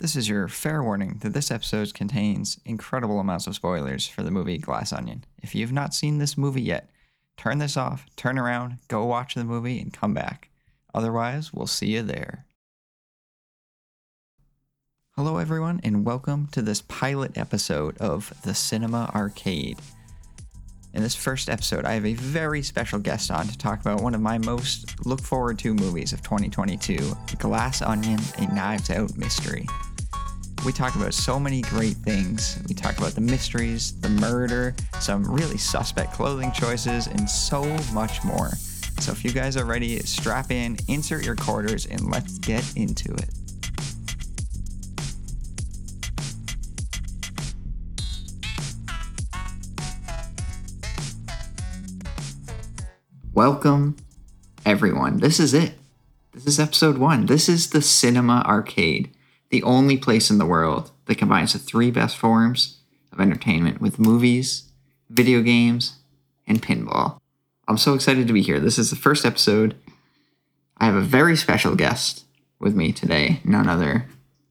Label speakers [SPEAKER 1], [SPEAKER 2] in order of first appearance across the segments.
[SPEAKER 1] This is your fair warning that this episode contains incredible amounts of spoilers for the movie Glass Onion. If you've not seen this movie yet, turn this off, turn around, go watch the movie, and come back. Otherwise, we'll see you there. Hello, everyone, and welcome to this pilot episode of The Cinema Arcade. In this first episode, I have a very special guest on to talk about one of my most look forward to movies of 2022 Glass Onion, a Knives Out mystery. We talk about so many great things. We talk about the mysteries, the murder, some really suspect clothing choices, and so much more. So if you guys are ready, strap in, insert your quarters, and let's get into it. Welcome, everyone. This is it. This is episode one. This is the Cinema Arcade, the only place in the world that combines the three best forms of entertainment with movies, video games, and pinball. I'm so excited to be here. This is the first episode. I have a very special guest with me today, none other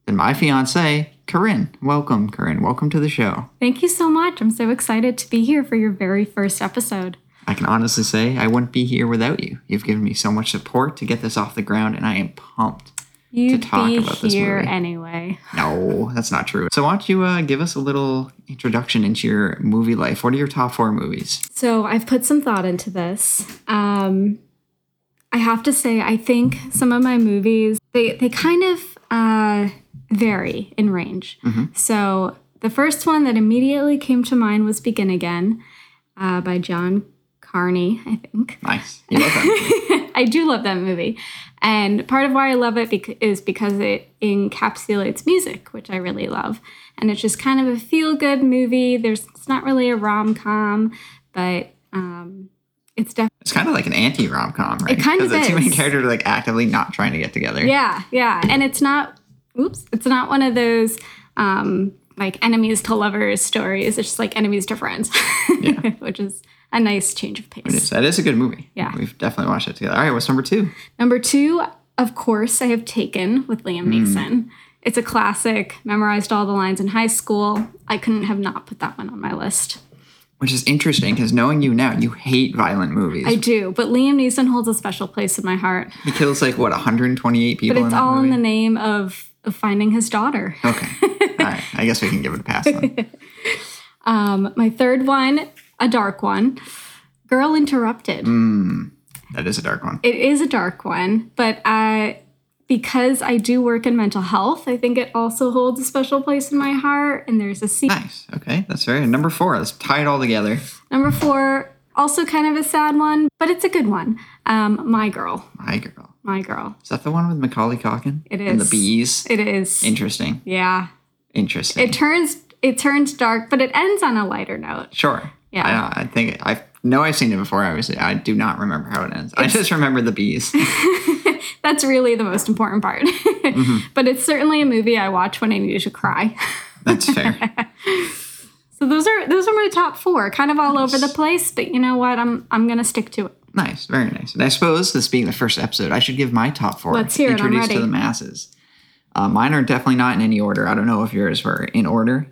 [SPEAKER 1] than my fiance, Corinne. Welcome, Corinne. Welcome to the show.
[SPEAKER 2] Thank you so much. I'm so excited to be here for your very first episode.
[SPEAKER 1] I can honestly say I wouldn't be here without you. You've given me so much support to get this off the ground, and I am pumped.
[SPEAKER 2] You'd
[SPEAKER 1] talk
[SPEAKER 2] be
[SPEAKER 1] about this
[SPEAKER 2] here
[SPEAKER 1] movie.
[SPEAKER 2] anyway.
[SPEAKER 1] No, that's not true. So, why don't you uh, give us a little introduction into your movie life? What are your top four movies?
[SPEAKER 2] So I've put some thought into this. Um, I have to say, I think some of my movies they they kind of uh, vary in range.
[SPEAKER 1] Mm-hmm.
[SPEAKER 2] So the first one that immediately came to mind was Begin Again uh, by John Carney, I think.
[SPEAKER 1] Nice. You love that.
[SPEAKER 2] I do love that movie. And part of why I love it bec- is because it encapsulates music, which I really love. And it's just kind of a feel good movie. There's it's not really a rom com, but um, it's definitely
[SPEAKER 1] it's kind of like an anti rom com, right?
[SPEAKER 2] It kind of
[SPEAKER 1] Because the two main
[SPEAKER 2] is.
[SPEAKER 1] characters are like actively not trying to get together.
[SPEAKER 2] yeah, yeah. And it's not oops, it's not one of those um, like enemies to lovers stories. It's just like enemies to friends, which is a nice change of pace.
[SPEAKER 1] It is- That is a good movie.
[SPEAKER 2] Yeah.
[SPEAKER 1] We've definitely watched it together. All right, what's number two?
[SPEAKER 2] Number two, of course, I have taken with
[SPEAKER 1] Hmm.
[SPEAKER 2] Liam Neeson. It's a classic, memorized all the lines in high school. I couldn't have not put that one on my list.
[SPEAKER 1] Which is interesting because knowing you now, you hate violent movies.
[SPEAKER 2] I do, but Liam Neeson holds a special place in my heart.
[SPEAKER 1] he kills like, what, 128 people
[SPEAKER 2] But
[SPEAKER 1] in
[SPEAKER 2] it's
[SPEAKER 1] that
[SPEAKER 2] all
[SPEAKER 1] movie?
[SPEAKER 2] in the name of, of finding his daughter.
[SPEAKER 1] Okay. All right. I guess we can give it a pass then.
[SPEAKER 2] Um, my third one, a dark one Girl Interrupted.
[SPEAKER 1] Hmm. That is a dark one.
[SPEAKER 2] It is a dark one, but I, because I do work in mental health, I think it also holds a special place in my heart. And there's a scene.
[SPEAKER 1] Nice. Okay. That's very number four. Let's tie it all together.
[SPEAKER 2] Number four, also kind of a sad one, but it's a good one. Um, my girl,
[SPEAKER 1] My girl.
[SPEAKER 2] my girl.
[SPEAKER 1] Is that the one with Macaulay Calkin?
[SPEAKER 2] It
[SPEAKER 1] And the
[SPEAKER 2] is.
[SPEAKER 1] bees.
[SPEAKER 2] It is.
[SPEAKER 1] Interesting.
[SPEAKER 2] yeah.
[SPEAKER 1] Interesting.
[SPEAKER 2] It turns it turns dark, but it ends on a lighter note.
[SPEAKER 1] sure.
[SPEAKER 2] Yeah.
[SPEAKER 1] I, I think I know I've seen it before. Obviously, I do not remember how it ends. I just remember the bees.
[SPEAKER 2] That's really the most important part.
[SPEAKER 1] Mm-hmm.
[SPEAKER 2] But it's certainly a movie I watch when I need to cry.
[SPEAKER 1] That's fair.
[SPEAKER 2] So those are those are my top four, kind of all over the place, but you know what? I'm I'm gonna stick to it.
[SPEAKER 1] nice. Very nice. And I suppose this being the first episode, I should give my top four.
[SPEAKER 2] Let's hear it. I'm
[SPEAKER 1] Introduced to
[SPEAKER 2] ready.
[SPEAKER 1] the masses. Uh, mine are definitely not in any order. I don't know if yours were in order.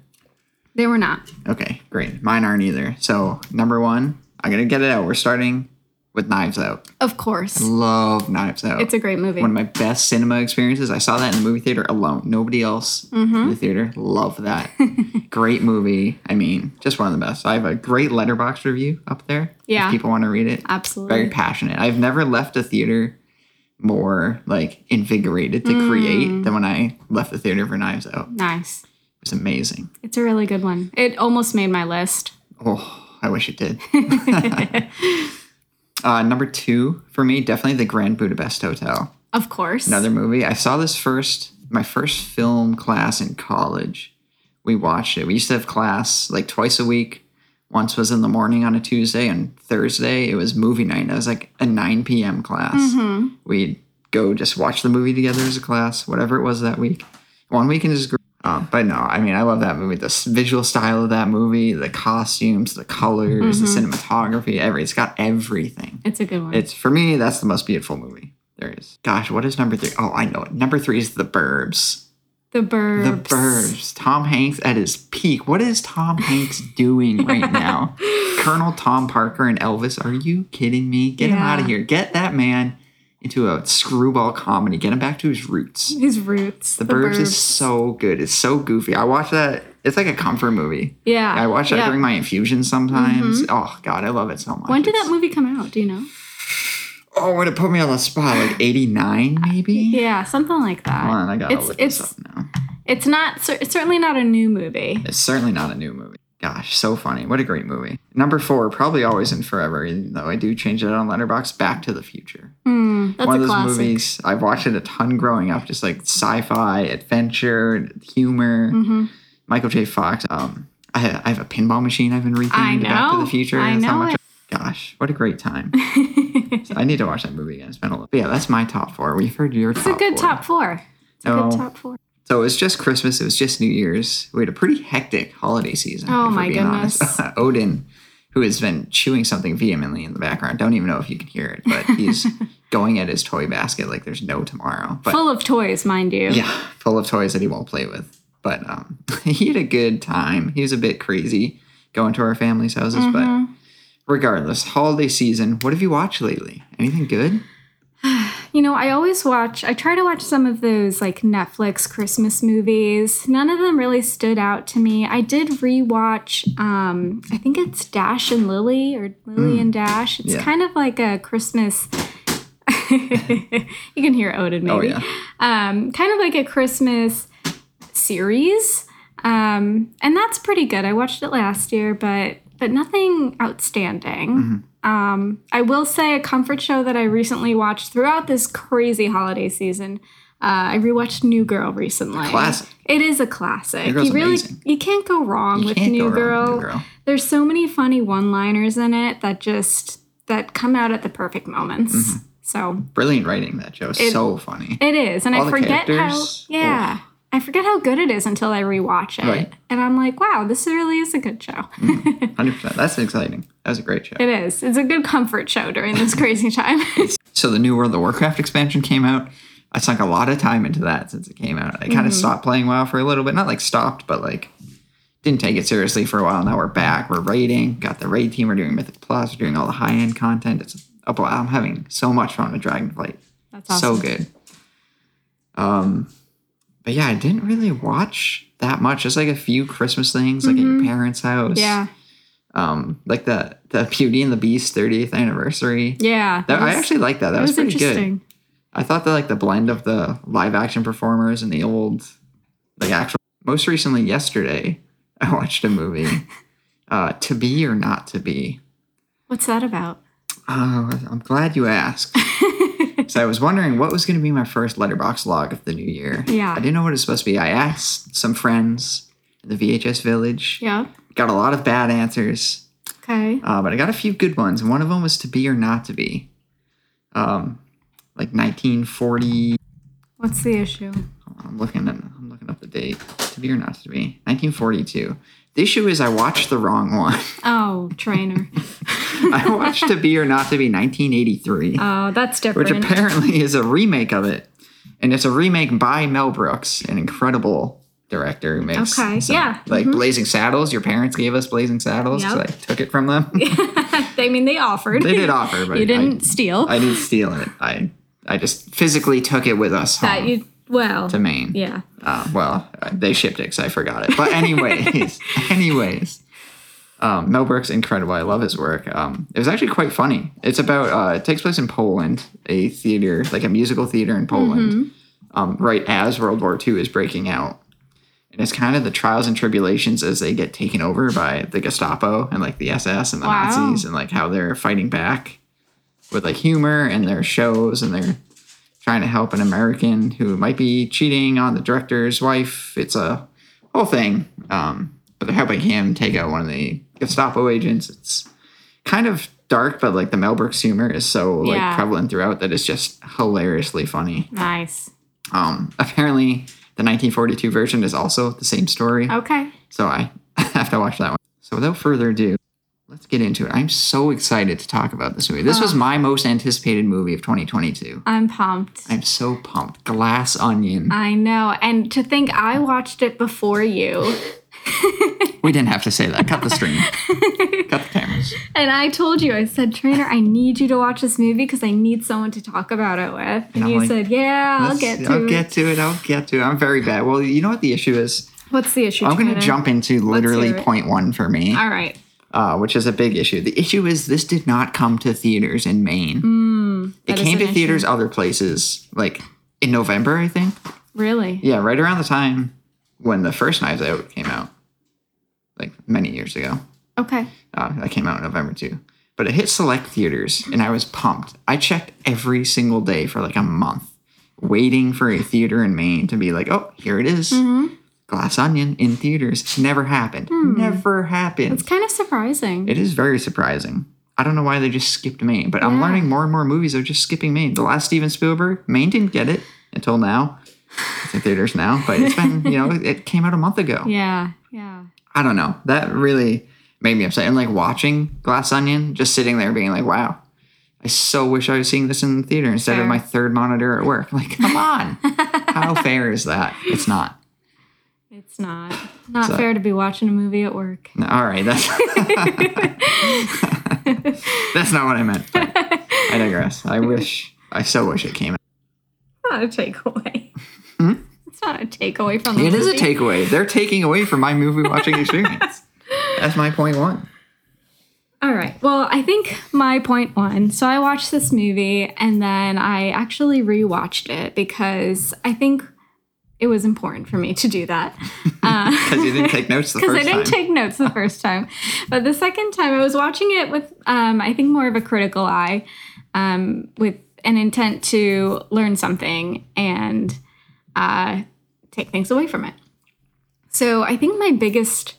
[SPEAKER 2] They were not.
[SPEAKER 1] Okay, great. Mine aren't either. So number one, I'm gonna get it out. We're starting with Knives Out.
[SPEAKER 2] Of course.
[SPEAKER 1] Love Knives Out.
[SPEAKER 2] It's a great movie.
[SPEAKER 1] one of my best cinema experiences. I saw that in the movie theater alone. Nobody else
[SPEAKER 2] Mm-hmm.
[SPEAKER 1] in the theater. Love that. great movie. I mean, just one of the best. I have a great letterbox review up there.
[SPEAKER 2] Yeah.
[SPEAKER 1] If people want to read it.
[SPEAKER 2] Absolutely.
[SPEAKER 1] Very passionate. I've never left a theater more like invigorated to
[SPEAKER 2] Mm.
[SPEAKER 1] create than when I left the theater for Knives Out. It
[SPEAKER 2] nice.
[SPEAKER 1] was amazing.
[SPEAKER 2] It's a really good one. It almost made my list.
[SPEAKER 1] Oh, I wish it did. uh, number two for me, definitely the Grand Budapest Hotel.
[SPEAKER 2] Of course.
[SPEAKER 1] Another movie. I saw this first, my first film class in college. We watched it. We used to have class like twice a week. Once was in the morning on a Tuesday, and Thursday it was movie night. It was like a 9 p.m. class. We'd go just watch the movie together as a class, whatever it was that week. One weekend is great. Um, but no, I mean, I love that movie. The s- visual style of that movie, the costumes, the colors, the cinematography, every it's got everything.
[SPEAKER 2] It's a good one.
[SPEAKER 1] It's for me, that's the most beautiful movie there is. Gosh, what is number three? Oh, I know it. Number three is The Burbs.
[SPEAKER 2] The Burbs.
[SPEAKER 1] The Burbs. Tom Hanks at his peak. What is Tom Hanks doing right now? Colonel Tom Parker and Elvis. Are you kidding me? Get him
[SPEAKER 2] Yeah.
[SPEAKER 1] out of here. Get that man into a screwball comedy. Get him back to his roots.
[SPEAKER 2] His roots.
[SPEAKER 1] The, Burbs, is so good. It's so goofy. I watch that. It's like a comfort movie.
[SPEAKER 2] Yeah.
[SPEAKER 1] I watch that
[SPEAKER 2] yeah. Mm-hmm.
[SPEAKER 1] during my infusion sometimes. Oh God, I love it so much.
[SPEAKER 2] When did
[SPEAKER 1] It's-
[SPEAKER 2] that movie come out? Do you know?
[SPEAKER 1] Oh, would it put me on the spot? Like eighty nine, maybe.
[SPEAKER 2] Yeah, something like that.
[SPEAKER 1] Hold on, I gotta
[SPEAKER 2] it's
[SPEAKER 1] look
[SPEAKER 2] it's
[SPEAKER 1] this up now.
[SPEAKER 2] it's not cer- it's certainly not a new movie.
[SPEAKER 1] It's certainly not a new movie. Gosh, so funny. What a great movie. Number four, probably always and forever, even though I do change it on Letterbox, Back to the Future.
[SPEAKER 2] Hmm, that's
[SPEAKER 1] One
[SPEAKER 2] a
[SPEAKER 1] of those
[SPEAKER 2] classic.
[SPEAKER 1] movies I've watched it a ton growing up, just like sci-fi, adventure, humor.
[SPEAKER 2] Mhm.
[SPEAKER 1] Michael J. Fox. Um, I, I have a pinball machine I've been
[SPEAKER 2] I
[SPEAKER 1] rethinking to Back to
[SPEAKER 2] know.
[SPEAKER 1] the Future.
[SPEAKER 2] I
[SPEAKER 1] That's how
[SPEAKER 2] know
[SPEAKER 1] much
[SPEAKER 2] it.
[SPEAKER 1] I- Gosh, what a great time. So I need to watch that movie again. It's been a little. But yeah, that's my top four. We've heard your
[SPEAKER 2] It's
[SPEAKER 1] top
[SPEAKER 2] a good
[SPEAKER 1] four.
[SPEAKER 2] top four. It's a
[SPEAKER 1] No.
[SPEAKER 2] good top four.
[SPEAKER 1] So it was just Christmas. It was just New Year's. We had a pretty hectic holiday season.
[SPEAKER 2] Oh
[SPEAKER 1] if we're
[SPEAKER 2] my
[SPEAKER 1] being honest.
[SPEAKER 2] goodness.
[SPEAKER 1] Odin, who has been chewing something vehemently in the background, don't even know if you can hear it, but he's going at his toy basket like there's no tomorrow. But
[SPEAKER 2] Full of toys, mind you.
[SPEAKER 1] yeah, full of toys that he won't play with. But um, he had a good time. He was a bit crazy going to our family's houses, but
[SPEAKER 2] Mm-hmm.
[SPEAKER 1] regardless, holiday season. What have you watched lately? Anything good?
[SPEAKER 2] You know, I always watch, I try to watch some of those like Netflix Christmas movies. None of them really stood out to me. I did rewatch, um, I think it's Dash and Lily or Lily and Dash. It's
[SPEAKER 1] Hmm. Yeah.
[SPEAKER 2] kind of like a Christmas. you can hear Odin maybe.
[SPEAKER 1] Oh yeah,
[SPEAKER 2] um, kind of like a Christmas series. Um, and that's pretty good. I watched it last year, but but nothing outstanding.
[SPEAKER 1] Mm-hmm.
[SPEAKER 2] Um, I will say a comfort show that I recently watched throughout this crazy holiday season. Uh, I rewatched New Girl recently.
[SPEAKER 1] classic.
[SPEAKER 2] It is a classic.
[SPEAKER 1] New Girl's
[SPEAKER 2] you really
[SPEAKER 1] amazing.
[SPEAKER 2] you can't go wrong
[SPEAKER 1] You
[SPEAKER 2] with
[SPEAKER 1] can't go
[SPEAKER 2] New,
[SPEAKER 1] wrong with
[SPEAKER 2] Girl.
[SPEAKER 1] New Girl.
[SPEAKER 2] There's so many funny one-liners in it that just that come out at the perfect moments.
[SPEAKER 1] Mm-hmm.
[SPEAKER 2] So
[SPEAKER 1] Brilliant writing that Joe.
[SPEAKER 2] It-
[SPEAKER 1] so funny.
[SPEAKER 2] it is, and
[SPEAKER 1] All
[SPEAKER 2] I
[SPEAKER 1] the
[SPEAKER 2] forget how.
[SPEAKER 1] characters, Oh.
[SPEAKER 2] Yeah, I forget how good it is until I rewatch it,
[SPEAKER 1] Right. Mm-hmm.
[SPEAKER 2] and I'm like, "Wow, this really is a good show."
[SPEAKER 1] Hundred percent. That's exciting. That was a great show.
[SPEAKER 2] it is. It's a good comfort show during this crazy time.
[SPEAKER 1] So the new World of Warcraft expansion came out. I sunk a lot of time into that since it came out. I kind of stopped playing WoW for a little bit. Not like stopped, but like didn't take it seriously for a while. Now we're back. We're raiding. Got the raid team. We're doing Mythic Plus. We're doing all the high end content. It's a bl- I'm having so much fun with Dragonflight.
[SPEAKER 2] That's
[SPEAKER 1] So good. Um, but yeah, I didn't really watch that much. Just like a few Christmas things, like at your parents' house.
[SPEAKER 2] Yeah,
[SPEAKER 1] Um, like the the Beauty and the Beast 30th anniversary.
[SPEAKER 2] yeah.
[SPEAKER 1] That,
[SPEAKER 2] That
[SPEAKER 1] I
[SPEAKER 2] was-
[SPEAKER 1] actually like that. That
[SPEAKER 2] that
[SPEAKER 1] was,
[SPEAKER 2] was
[SPEAKER 1] pretty good.
[SPEAKER 2] interesting.
[SPEAKER 1] I thought that like the blend of the live action performers and the old, like actual. Most recently, yesterday, I watched a movie, uh, "To Be or Not to Be."
[SPEAKER 2] What's that about?
[SPEAKER 1] Oh, I'm glad you asked. so I was wondering what was going to be my first letterbox log of the new year.
[SPEAKER 2] Yeah.
[SPEAKER 1] I didn't know what it was supposed to be. I asked some friends in the VHS Village.
[SPEAKER 2] Yep.
[SPEAKER 1] Got a lot of bad answers.
[SPEAKER 2] Okay.
[SPEAKER 1] Uh, but I got a few good ones. and One of them was to be or not to be. Um, like 1940.
[SPEAKER 2] What's the issue?
[SPEAKER 1] I'm looking at. I'm looking up the date. To be or not to be. 1942. The issue is I watched the wrong one.
[SPEAKER 2] Oh, trainer.
[SPEAKER 1] I watched to be or not to be 1983,
[SPEAKER 2] oh, that's
[SPEAKER 1] which
[SPEAKER 2] different.
[SPEAKER 1] apparently is a remake of it, and it's a remake by Mel Brooks, an incredible director who makes
[SPEAKER 2] Okay, yeah, mm-hmm.
[SPEAKER 1] like Blazing Saddles. Your parents gave us Blazing Saddles, so I
[SPEAKER 2] Yep.
[SPEAKER 1] took it from them.
[SPEAKER 2] I mean, they offered.
[SPEAKER 1] they did offer, but
[SPEAKER 2] you
[SPEAKER 1] I-
[SPEAKER 2] didn't steal.
[SPEAKER 1] I didn't steal it. I I just physically took it with us
[SPEAKER 2] that
[SPEAKER 1] home
[SPEAKER 2] you well.
[SPEAKER 1] to Maine.
[SPEAKER 2] yeah.
[SPEAKER 1] Uh, well, they shipped it because I forgot it. But anyways, anyways, um, Mel Brooks incredible. I love his work. Um, it was actually quite funny. It's about uh, it takes place in Poland, a theater like a musical theater in Poland, um, right as World War II is breaking out. And it's kind of the trials and tribulations as they get taken over by the Gestapo and like the SS and the
[SPEAKER 2] Wow.
[SPEAKER 1] Nazis and like how they're fighting back with like humor and their shows and their trying to help an American who might be cheating on the director's wife. It's a whole thing. Um, but they're helping him take out one of the Gestapo agents. It's kind of dark, but like the Mel Brooks humor is so like
[SPEAKER 2] Yeah.
[SPEAKER 1] prevalent throughout that it's just hilariously funny.
[SPEAKER 2] Nice.
[SPEAKER 1] Um, apparently, the 1942
[SPEAKER 2] Oh.
[SPEAKER 1] version is also the same story.
[SPEAKER 2] Okay.
[SPEAKER 1] So I have to watch that one. So without further ado, Let's get into it. I'm so excited to talk about this movie. This was my most anticipated movie of 2022.
[SPEAKER 2] I'm pumped.
[SPEAKER 1] I'm so pumped. Glass Onion.
[SPEAKER 2] I know. And to think I watched it before you.
[SPEAKER 1] We didn't have to say that. Cut the stream. Cut the cameras.
[SPEAKER 2] And I told you, I said, Trainer, I need you to watch this movie because I need someone to talk about it with. And,
[SPEAKER 1] I'm
[SPEAKER 2] you
[SPEAKER 1] like,
[SPEAKER 2] said, Yeah, I'll
[SPEAKER 1] Let's-
[SPEAKER 2] get to
[SPEAKER 1] I'll
[SPEAKER 2] it.
[SPEAKER 1] get to it. I'll get to it. I'm very bad. Well, you know what the issue is?
[SPEAKER 2] What's the issue?
[SPEAKER 1] I'm going to
[SPEAKER 2] Trainer?
[SPEAKER 1] jump into literally
[SPEAKER 2] hear it.
[SPEAKER 1] point one for me,
[SPEAKER 2] All right.
[SPEAKER 1] uh, which is a big issue. The issue is this did not come to theaters in Maine. it
[SPEAKER 2] Hmm. that is
[SPEAKER 1] came to
[SPEAKER 2] an issue.
[SPEAKER 1] theaters other places, like in November, I think.
[SPEAKER 2] Really?
[SPEAKER 1] Yeah, right around the time when the first Knives Out came out, like many years ago.
[SPEAKER 2] Okay.
[SPEAKER 1] Uh, that came out in November too. But it hit select theaters, and I was pumped. I checked every single day for like a month, waiting for a theater in Maine to be like, "Oh, here it is. Glass Onion in theaters." Never happened. Never happened.
[SPEAKER 2] It's kind of surprising.
[SPEAKER 1] It is very surprising. I don't know why they just skipped Maine, but I'm
[SPEAKER 2] Yeah.
[SPEAKER 1] learning more and more movies are just skipping Maine. The last Steven Spielberg, Maine didn't get it until now. It's in theaters now, but it's been, you know, it came out a month ago.
[SPEAKER 2] yeah. Yeah.
[SPEAKER 1] I don't know. That really made me upset. And like watching Glass Onion, just sitting there being like, wow, I so wish I was seeing this in the theater instead
[SPEAKER 2] Fair.
[SPEAKER 1] of my third monitor at work. Like, come on. How fair is that? It's not.
[SPEAKER 2] It's not. Not
[SPEAKER 1] So-
[SPEAKER 2] fair to be watching a movie at work.
[SPEAKER 1] No, All right, that's that's not what I meant. but I digress. I wish, I so wish it came. out.
[SPEAKER 2] not a takeaway. It's not a takeaway from the
[SPEAKER 1] Hmm? It is a
[SPEAKER 2] movie.
[SPEAKER 1] takeaway. They're taking away from my movie watching experience. That's my point one.
[SPEAKER 2] All right. Well, I think my point one. So I watched this movie and then I actually rewatched it because I think it was important for me to do that. Uh,
[SPEAKER 1] Because you didn't take notes the
[SPEAKER 2] Because
[SPEAKER 1] first
[SPEAKER 2] I didn't
[SPEAKER 1] time.
[SPEAKER 2] take notes the first time. But the second time, I was watching it with, um, I think, more of a critical eye, um, with an intent to learn something and uh, take things away from it. So I think my biggest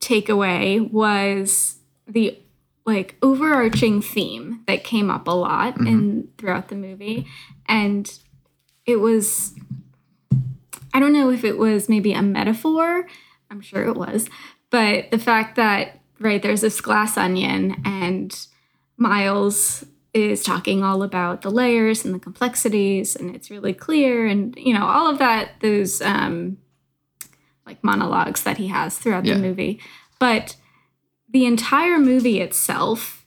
[SPEAKER 2] takeaway was the like overarching theme that came up a lot
[SPEAKER 1] Mm-hmm.
[SPEAKER 2] in throughout the movie and it was i don't know if it was maybe a metaphor i'm sure it was but the fact that right there's this glass onion and miles is talking all about the layers and the complexities and it's really clear and you know all of that those um like monologues that he has throughout
[SPEAKER 1] Yeah.
[SPEAKER 2] the movie but the entire movie itself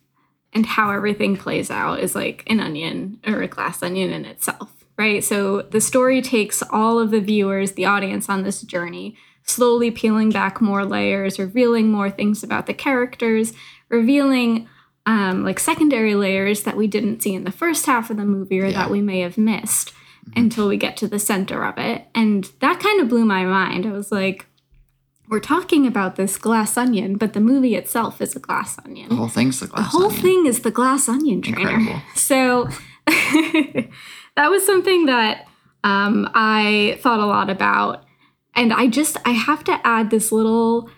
[SPEAKER 2] and how everything plays out is like an onion or a glass onion in itself, right? So the story takes all of the viewers, the audience on this journey, slowly peeling back more layers, revealing more things about the characters, revealing um, like secondary layers that we didn't see in the first half of the movie or
[SPEAKER 1] Yeah.
[SPEAKER 2] that we may have missed until we get to the center of it. And that kind of blew my mind. I was like, we're talking about this glass onion, but the movie itself is a glass onion.
[SPEAKER 1] The whole thing's the
[SPEAKER 2] The
[SPEAKER 1] glass.
[SPEAKER 2] whole
[SPEAKER 1] onion.
[SPEAKER 2] thing is the glass onion trainer.
[SPEAKER 1] Incredible.
[SPEAKER 2] So that was something that um, I thought a lot about. And I just, I have to add this little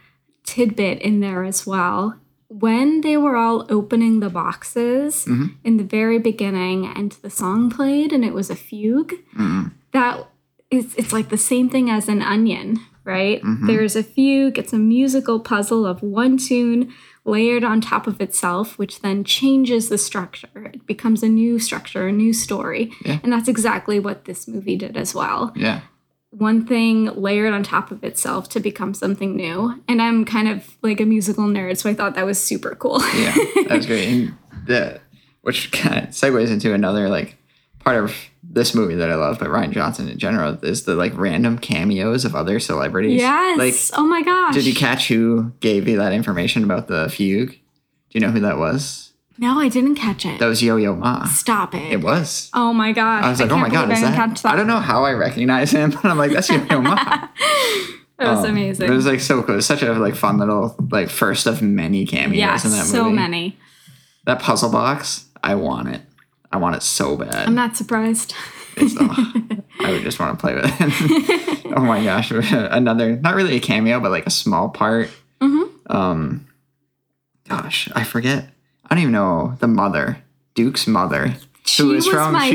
[SPEAKER 2] tidbit in there as well. When they were all opening the boxes
[SPEAKER 1] Mhm.
[SPEAKER 2] in the very beginning and the song played and it was a fugue,
[SPEAKER 1] Mm,
[SPEAKER 2] that is it's like the same thing as an onion right
[SPEAKER 1] Mhm.
[SPEAKER 2] there's a fugue it's a musical puzzle of one tune layered on top of itself which then changes the structure it becomes a new structure a new story
[SPEAKER 1] Yeah.
[SPEAKER 2] and that's exactly what this movie did as well
[SPEAKER 1] yeah.
[SPEAKER 2] one thing layered on top of itself to become something new and i'm kind of like a musical nerd so i thought that was super cool
[SPEAKER 1] yeah, that was great. And the, which kind of segues into another like part of this movie that I love, but Ryan Johnson in general is the like random cameos of other celebrities.
[SPEAKER 2] yes
[SPEAKER 1] Like,
[SPEAKER 2] oh my gosh
[SPEAKER 1] did you catch who gave you that information about the fugue? Do you know who that was?
[SPEAKER 2] no i didn't catch it
[SPEAKER 1] That was Yo Yo Ma.
[SPEAKER 2] stop it,
[SPEAKER 1] It was.
[SPEAKER 2] oh my gosh
[SPEAKER 1] I was like, oh
[SPEAKER 2] can't
[SPEAKER 1] my god,
[SPEAKER 2] believe
[SPEAKER 1] is
[SPEAKER 2] I didn't
[SPEAKER 1] that?
[SPEAKER 2] catch that
[SPEAKER 1] I don't know how I recognize him, but I'm like, that's Yo Yo Ma.
[SPEAKER 2] That was
[SPEAKER 1] Um,
[SPEAKER 2] amazing.
[SPEAKER 1] It was like so cool. It was such a like fun little like first of many cameos
[SPEAKER 2] yeah,
[SPEAKER 1] in that movie.
[SPEAKER 2] so many.
[SPEAKER 1] That puzzle box, I want it. I want it so bad.
[SPEAKER 2] I'm not surprised.
[SPEAKER 1] It's- ugh, I would just want to play with it. oh my gosh. Another, not really a cameo, but like a small part.
[SPEAKER 2] Mhm.
[SPEAKER 1] Um, gosh, I forget. I don't even know the mother, Duke's mother.
[SPEAKER 2] She was my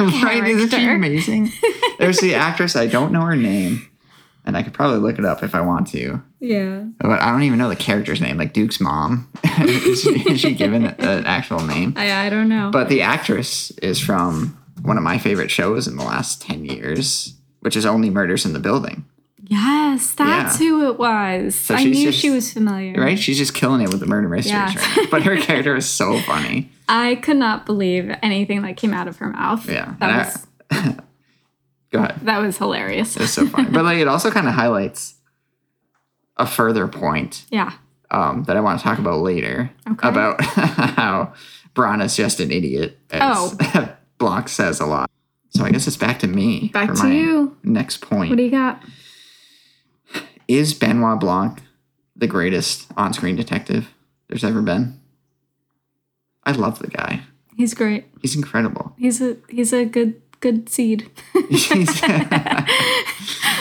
[SPEAKER 1] right, isn't she
[SPEAKER 2] character.
[SPEAKER 1] amazing? There's the actress, I don't know her name. and I could probably look it up if I want to.
[SPEAKER 2] Yeah.
[SPEAKER 1] But I don't even know the character's name. Like Duke's mom, is, she, is she given an actual name?
[SPEAKER 2] I, I don't know.
[SPEAKER 1] But the actress is from one of my favorite shows in the last ten years, which is Only Murders in the Building.
[SPEAKER 2] yes, that's
[SPEAKER 1] Yeah.
[SPEAKER 2] who it was. I
[SPEAKER 1] she's
[SPEAKER 2] knew
[SPEAKER 1] just-
[SPEAKER 2] she was familiar.
[SPEAKER 1] Right? She's just killing it with the murder mysteries.
[SPEAKER 2] Yeah.
[SPEAKER 1] Right now. But her character is so funny.
[SPEAKER 2] I could not believe anything that came out of her mouth.
[SPEAKER 1] Yeah.
[SPEAKER 2] That
[SPEAKER 1] And I-
[SPEAKER 2] was
[SPEAKER 1] Go ahead.
[SPEAKER 2] that was hilarious.
[SPEAKER 1] It's so funny. but like it also kind of highlights a further point
[SPEAKER 2] yeah.
[SPEAKER 1] um, that I want to talk about later
[SPEAKER 2] Okay.
[SPEAKER 1] about how Braun is just an idiot. As Blanc says a lot. So I guess it's back to me.
[SPEAKER 2] Oh. Back
[SPEAKER 1] for
[SPEAKER 2] to
[SPEAKER 1] my
[SPEAKER 2] you.
[SPEAKER 1] Next point
[SPEAKER 2] What do you got?
[SPEAKER 1] is Benoit Blanc the greatest on-screen detective there's ever been. I love the guy.
[SPEAKER 2] He's great.
[SPEAKER 1] He's incredible.
[SPEAKER 2] He's a he's a good good seed.
[SPEAKER 1] He's-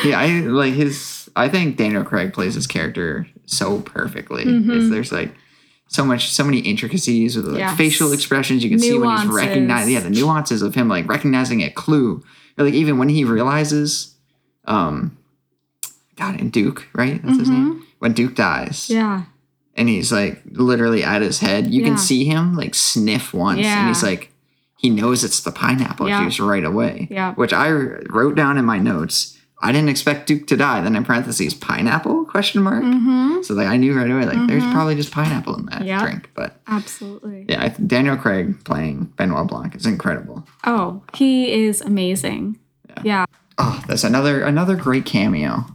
[SPEAKER 1] yeah, I like his. I think Daniel Craig plays his character so perfectly. It's- There's like so much, so many intricacies with like
[SPEAKER 2] Mm-hmm. Yes.
[SPEAKER 1] facial expressions. You can see when he's
[SPEAKER 2] Nuances.
[SPEAKER 1] recognizing, yeah, the nuances of him like recognizing a clue, or like even when he realizes, um, God, and Duke, right? That's his
[SPEAKER 2] Mm-hmm.
[SPEAKER 1] name. When Duke dies,
[SPEAKER 2] yeah.
[SPEAKER 1] and he's like literally at his head. You
[SPEAKER 2] Yeah.
[SPEAKER 1] can see him like sniff once, and
[SPEAKER 2] Yeah.
[SPEAKER 1] he's like, he knows it's the pineapple
[SPEAKER 2] Yeah.
[SPEAKER 1] juice right away.
[SPEAKER 2] Yeah.
[SPEAKER 1] Which I wrote down in my notes. I didn't expect Duke to die. Then in parentheses, pineapple question mark.
[SPEAKER 2] Mm-hmm.
[SPEAKER 1] So like I knew right away, like there's
[SPEAKER 2] Mhm.
[SPEAKER 1] probably just pineapple in that
[SPEAKER 2] Yeah.
[SPEAKER 1] drink. But
[SPEAKER 2] Absolutely.
[SPEAKER 1] yeah, I th- Daniel Craig playing Benoit Blanc is incredible.
[SPEAKER 2] Oh, he is amazing. Yeah.
[SPEAKER 1] Oh, that's another another great cameo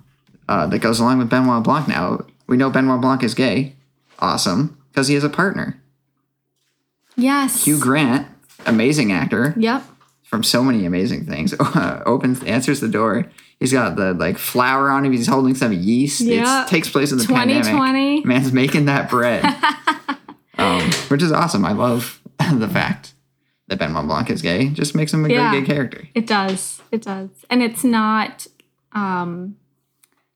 [SPEAKER 1] uh, that goes along with Benoit Blanc. Now we know Benoit Blanc is gay. Awesome, because he has a partner.
[SPEAKER 2] Yes.
[SPEAKER 1] Hugh Grant, amazing actor
[SPEAKER 2] Yep.
[SPEAKER 1] from so many amazing things, opens, answers the door. He's got the like flour on him. He's holding some yeast.
[SPEAKER 2] Yeah.
[SPEAKER 1] It takes place in the pandemic.
[SPEAKER 2] 2020.
[SPEAKER 1] Man's making that bread, um, which is awesome. I love the fact that Benoit Blanc is gay. Just makes him a
[SPEAKER 2] Yeah.
[SPEAKER 1] great gay character.
[SPEAKER 2] It does. It does. And it's not um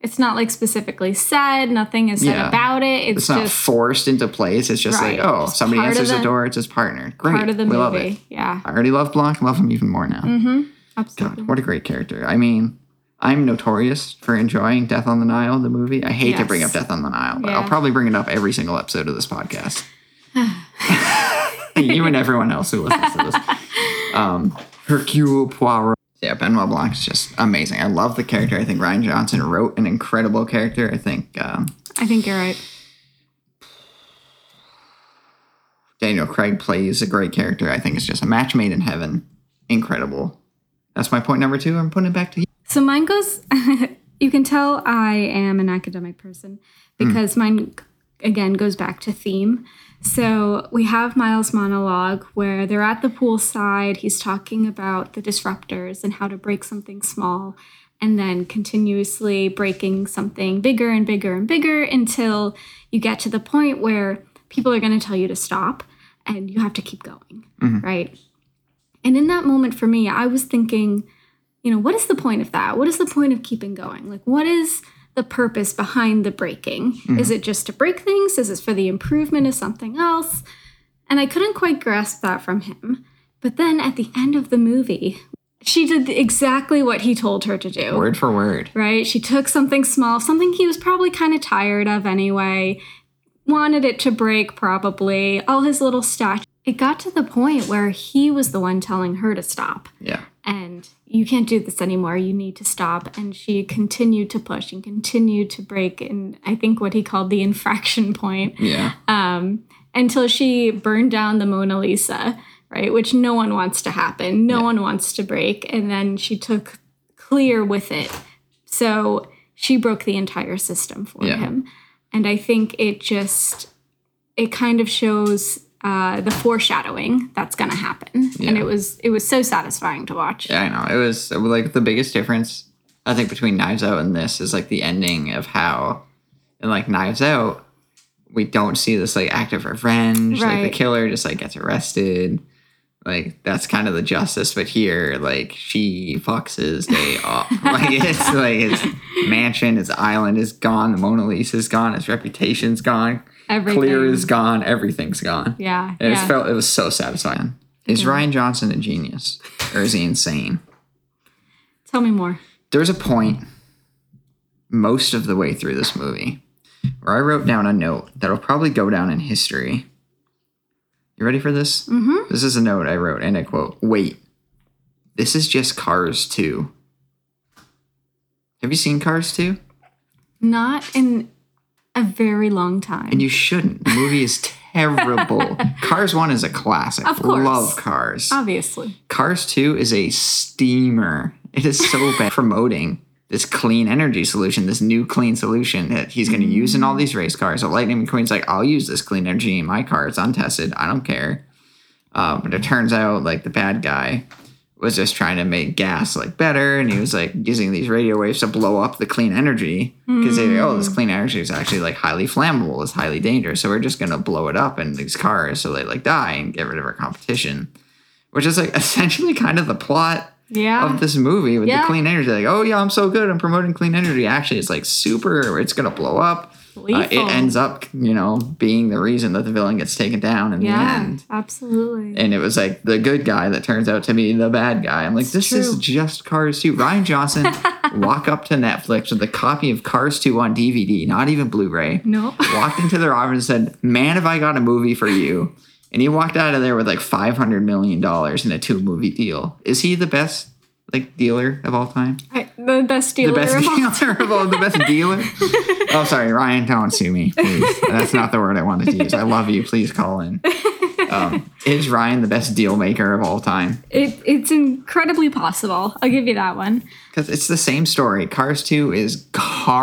[SPEAKER 2] it's not like specifically said, nothing is said
[SPEAKER 1] Yeah.
[SPEAKER 2] about it. It's,
[SPEAKER 1] It's not
[SPEAKER 2] just
[SPEAKER 1] forced into place. It's just
[SPEAKER 2] Right.
[SPEAKER 1] like, oh,
[SPEAKER 2] Just
[SPEAKER 1] somebody
[SPEAKER 2] part of
[SPEAKER 1] answers the,
[SPEAKER 2] the-
[SPEAKER 1] door. It's his partner. Great.
[SPEAKER 2] part of the
[SPEAKER 1] we
[SPEAKER 2] movie.
[SPEAKER 1] love it.
[SPEAKER 2] Yeah.
[SPEAKER 1] I already love Blanc. Love him even more now.
[SPEAKER 2] Mm-hmm. Absolutely.
[SPEAKER 1] God, what a great character. I mean, I'm notorious for enjoying Death on the Nile, the movie. I hate to bring up
[SPEAKER 2] Yes.
[SPEAKER 1] Death on the Nile, but
[SPEAKER 2] Yeah.
[SPEAKER 1] I'll probably bring it up every single episode of this podcast. you and everyone else who listens to this. Um, Hercule Poirot. Yeah, Benoit Blanc is just amazing. I love the character. I think Ryan Johnson wrote an incredible character. I think um,
[SPEAKER 2] I think you're right.
[SPEAKER 1] Daniel Craig plays a great character. I think it's just a match made in heaven. Incredible. That's my point number two. I'm putting it back to you.
[SPEAKER 2] So mine goes. you can tell I am an academic person because mine again goes back to theme. So we have Miles' monologue where they're at the poolside. He's talking about the disruptors and how to break something small, and then continuously breaking something bigger and bigger and bigger until you get to the point where people are going to tell you to stop, and you have to keep going, right? And in that moment for me, I was thinking you know, what is the point of that? What is the point of keeping going? Like, what is the purpose behind the breaking? Is it just to break things? Is it for the improvement of something else? And I couldn't quite grasp that from him. But then at the end of the movie, she did exactly what he told her to do
[SPEAKER 1] Word for word.
[SPEAKER 2] right? She took something small, something he was probably kind of tired of anyway, wanted it to break probably, all his little stash. It got to the point where he was the one telling her to stop
[SPEAKER 1] Yeah.
[SPEAKER 2] and you can't do this anymore. You need to stop. And she continued to push and continued to break. And I think what he called the infraction point
[SPEAKER 1] Yeah.
[SPEAKER 2] um, until she burned down the Mona Lisa, right? Which no one wants to happen. No one wants to break. And then she took clear with it. So she broke the entire system for
[SPEAKER 1] Yeah.
[SPEAKER 2] him. And I think it just, it kind of shows uh, the foreshadowing that's going to happen. And
[SPEAKER 1] Yeah.
[SPEAKER 2] it was, it was so satisfying to watch.
[SPEAKER 1] Yeah, I know. It was like the biggest difference I think between Knives Out and this is like the ending of how and like Knives Out, we don't see this like act of revenge. Like
[SPEAKER 2] Right.
[SPEAKER 1] the killer just like gets arrested. Like that's kind of the justice, but here, like she fucks his day off. Like it's like his mansion, his island is gone, the Mona Lisa's gone, his reputation's gone,
[SPEAKER 2] Everything.
[SPEAKER 1] clear is gone, everything's gone.
[SPEAKER 2] yeah.
[SPEAKER 1] It
[SPEAKER 2] yeah.
[SPEAKER 1] was felt it was so satisfying. Is Ryan Johnson a genius? Or is he insane?
[SPEAKER 2] Tell me more.
[SPEAKER 1] there's a point most of the way through this movie where I wrote down a note that'll probably go down in history. You ready for this?
[SPEAKER 2] Mm-hmm.
[SPEAKER 1] This is a note I wrote, and I quote, Wait, this is just Cars 2. Have you seen Cars 2?
[SPEAKER 2] Not in a very long time.
[SPEAKER 1] And you shouldn't. The movie is terrible. Cars 1 is a classic.
[SPEAKER 2] Of course.
[SPEAKER 1] Love Cars.
[SPEAKER 2] Obviously.
[SPEAKER 1] Cars 2 is a steamer. It is so bad promoting this clean energy solution, this new clean solution that he's going to use in all these race cars. So Lightning McQueen's like, I'll use this clean energy in my car. It's untested. I don't care. Uh, but it turns out like the bad guy was just trying to make gas like better, and he was like using these radio waves to blow up the clean energy because they oh this clean energy is actually like highly flammable, it's highly dangerous, so we're just gonna blow it up in these cars so they like die and get rid of our competition, which is like essentially kind of the plot
[SPEAKER 2] Yeah.
[SPEAKER 1] of this movie with
[SPEAKER 2] Yeah.
[SPEAKER 1] the clean energy. Like, oh yeah, I'm so good. I'm promoting clean energy. Actually, it's like super. It's gonna blow up. Uh, it
[SPEAKER 2] Lethal.
[SPEAKER 1] ends up, you know, being the reason that the villain gets taken down in the
[SPEAKER 2] yeah.
[SPEAKER 1] end.
[SPEAKER 2] Absolutely.
[SPEAKER 1] And it was like the good guy that turns out to be the bad guy. I'm like, this is
[SPEAKER 2] true.
[SPEAKER 1] just Cars 2. Ryan Johnson, walk up to Netflix with a copy of Cars 2 on DVD, not even Blu ray.
[SPEAKER 2] no.
[SPEAKER 1] Walked into their office and said, Man, have I got a movie for you. And he walked out of there with like $500 million in a two movie deal. Is he the best? Like dealer of all time,
[SPEAKER 2] I- the best
[SPEAKER 1] the
[SPEAKER 2] dealer
[SPEAKER 1] best
[SPEAKER 2] of all
[SPEAKER 1] dealer of all, the best dealer. Oh, sorry, Ryan, don't sue me, please. That's not the word I wanted to use. I love you. Please call in. Um, is Ryan the best deal maker of all time?
[SPEAKER 2] It, it's incredibly possible. I'll give you that one.
[SPEAKER 1] Because it's the same story. Cars 2 is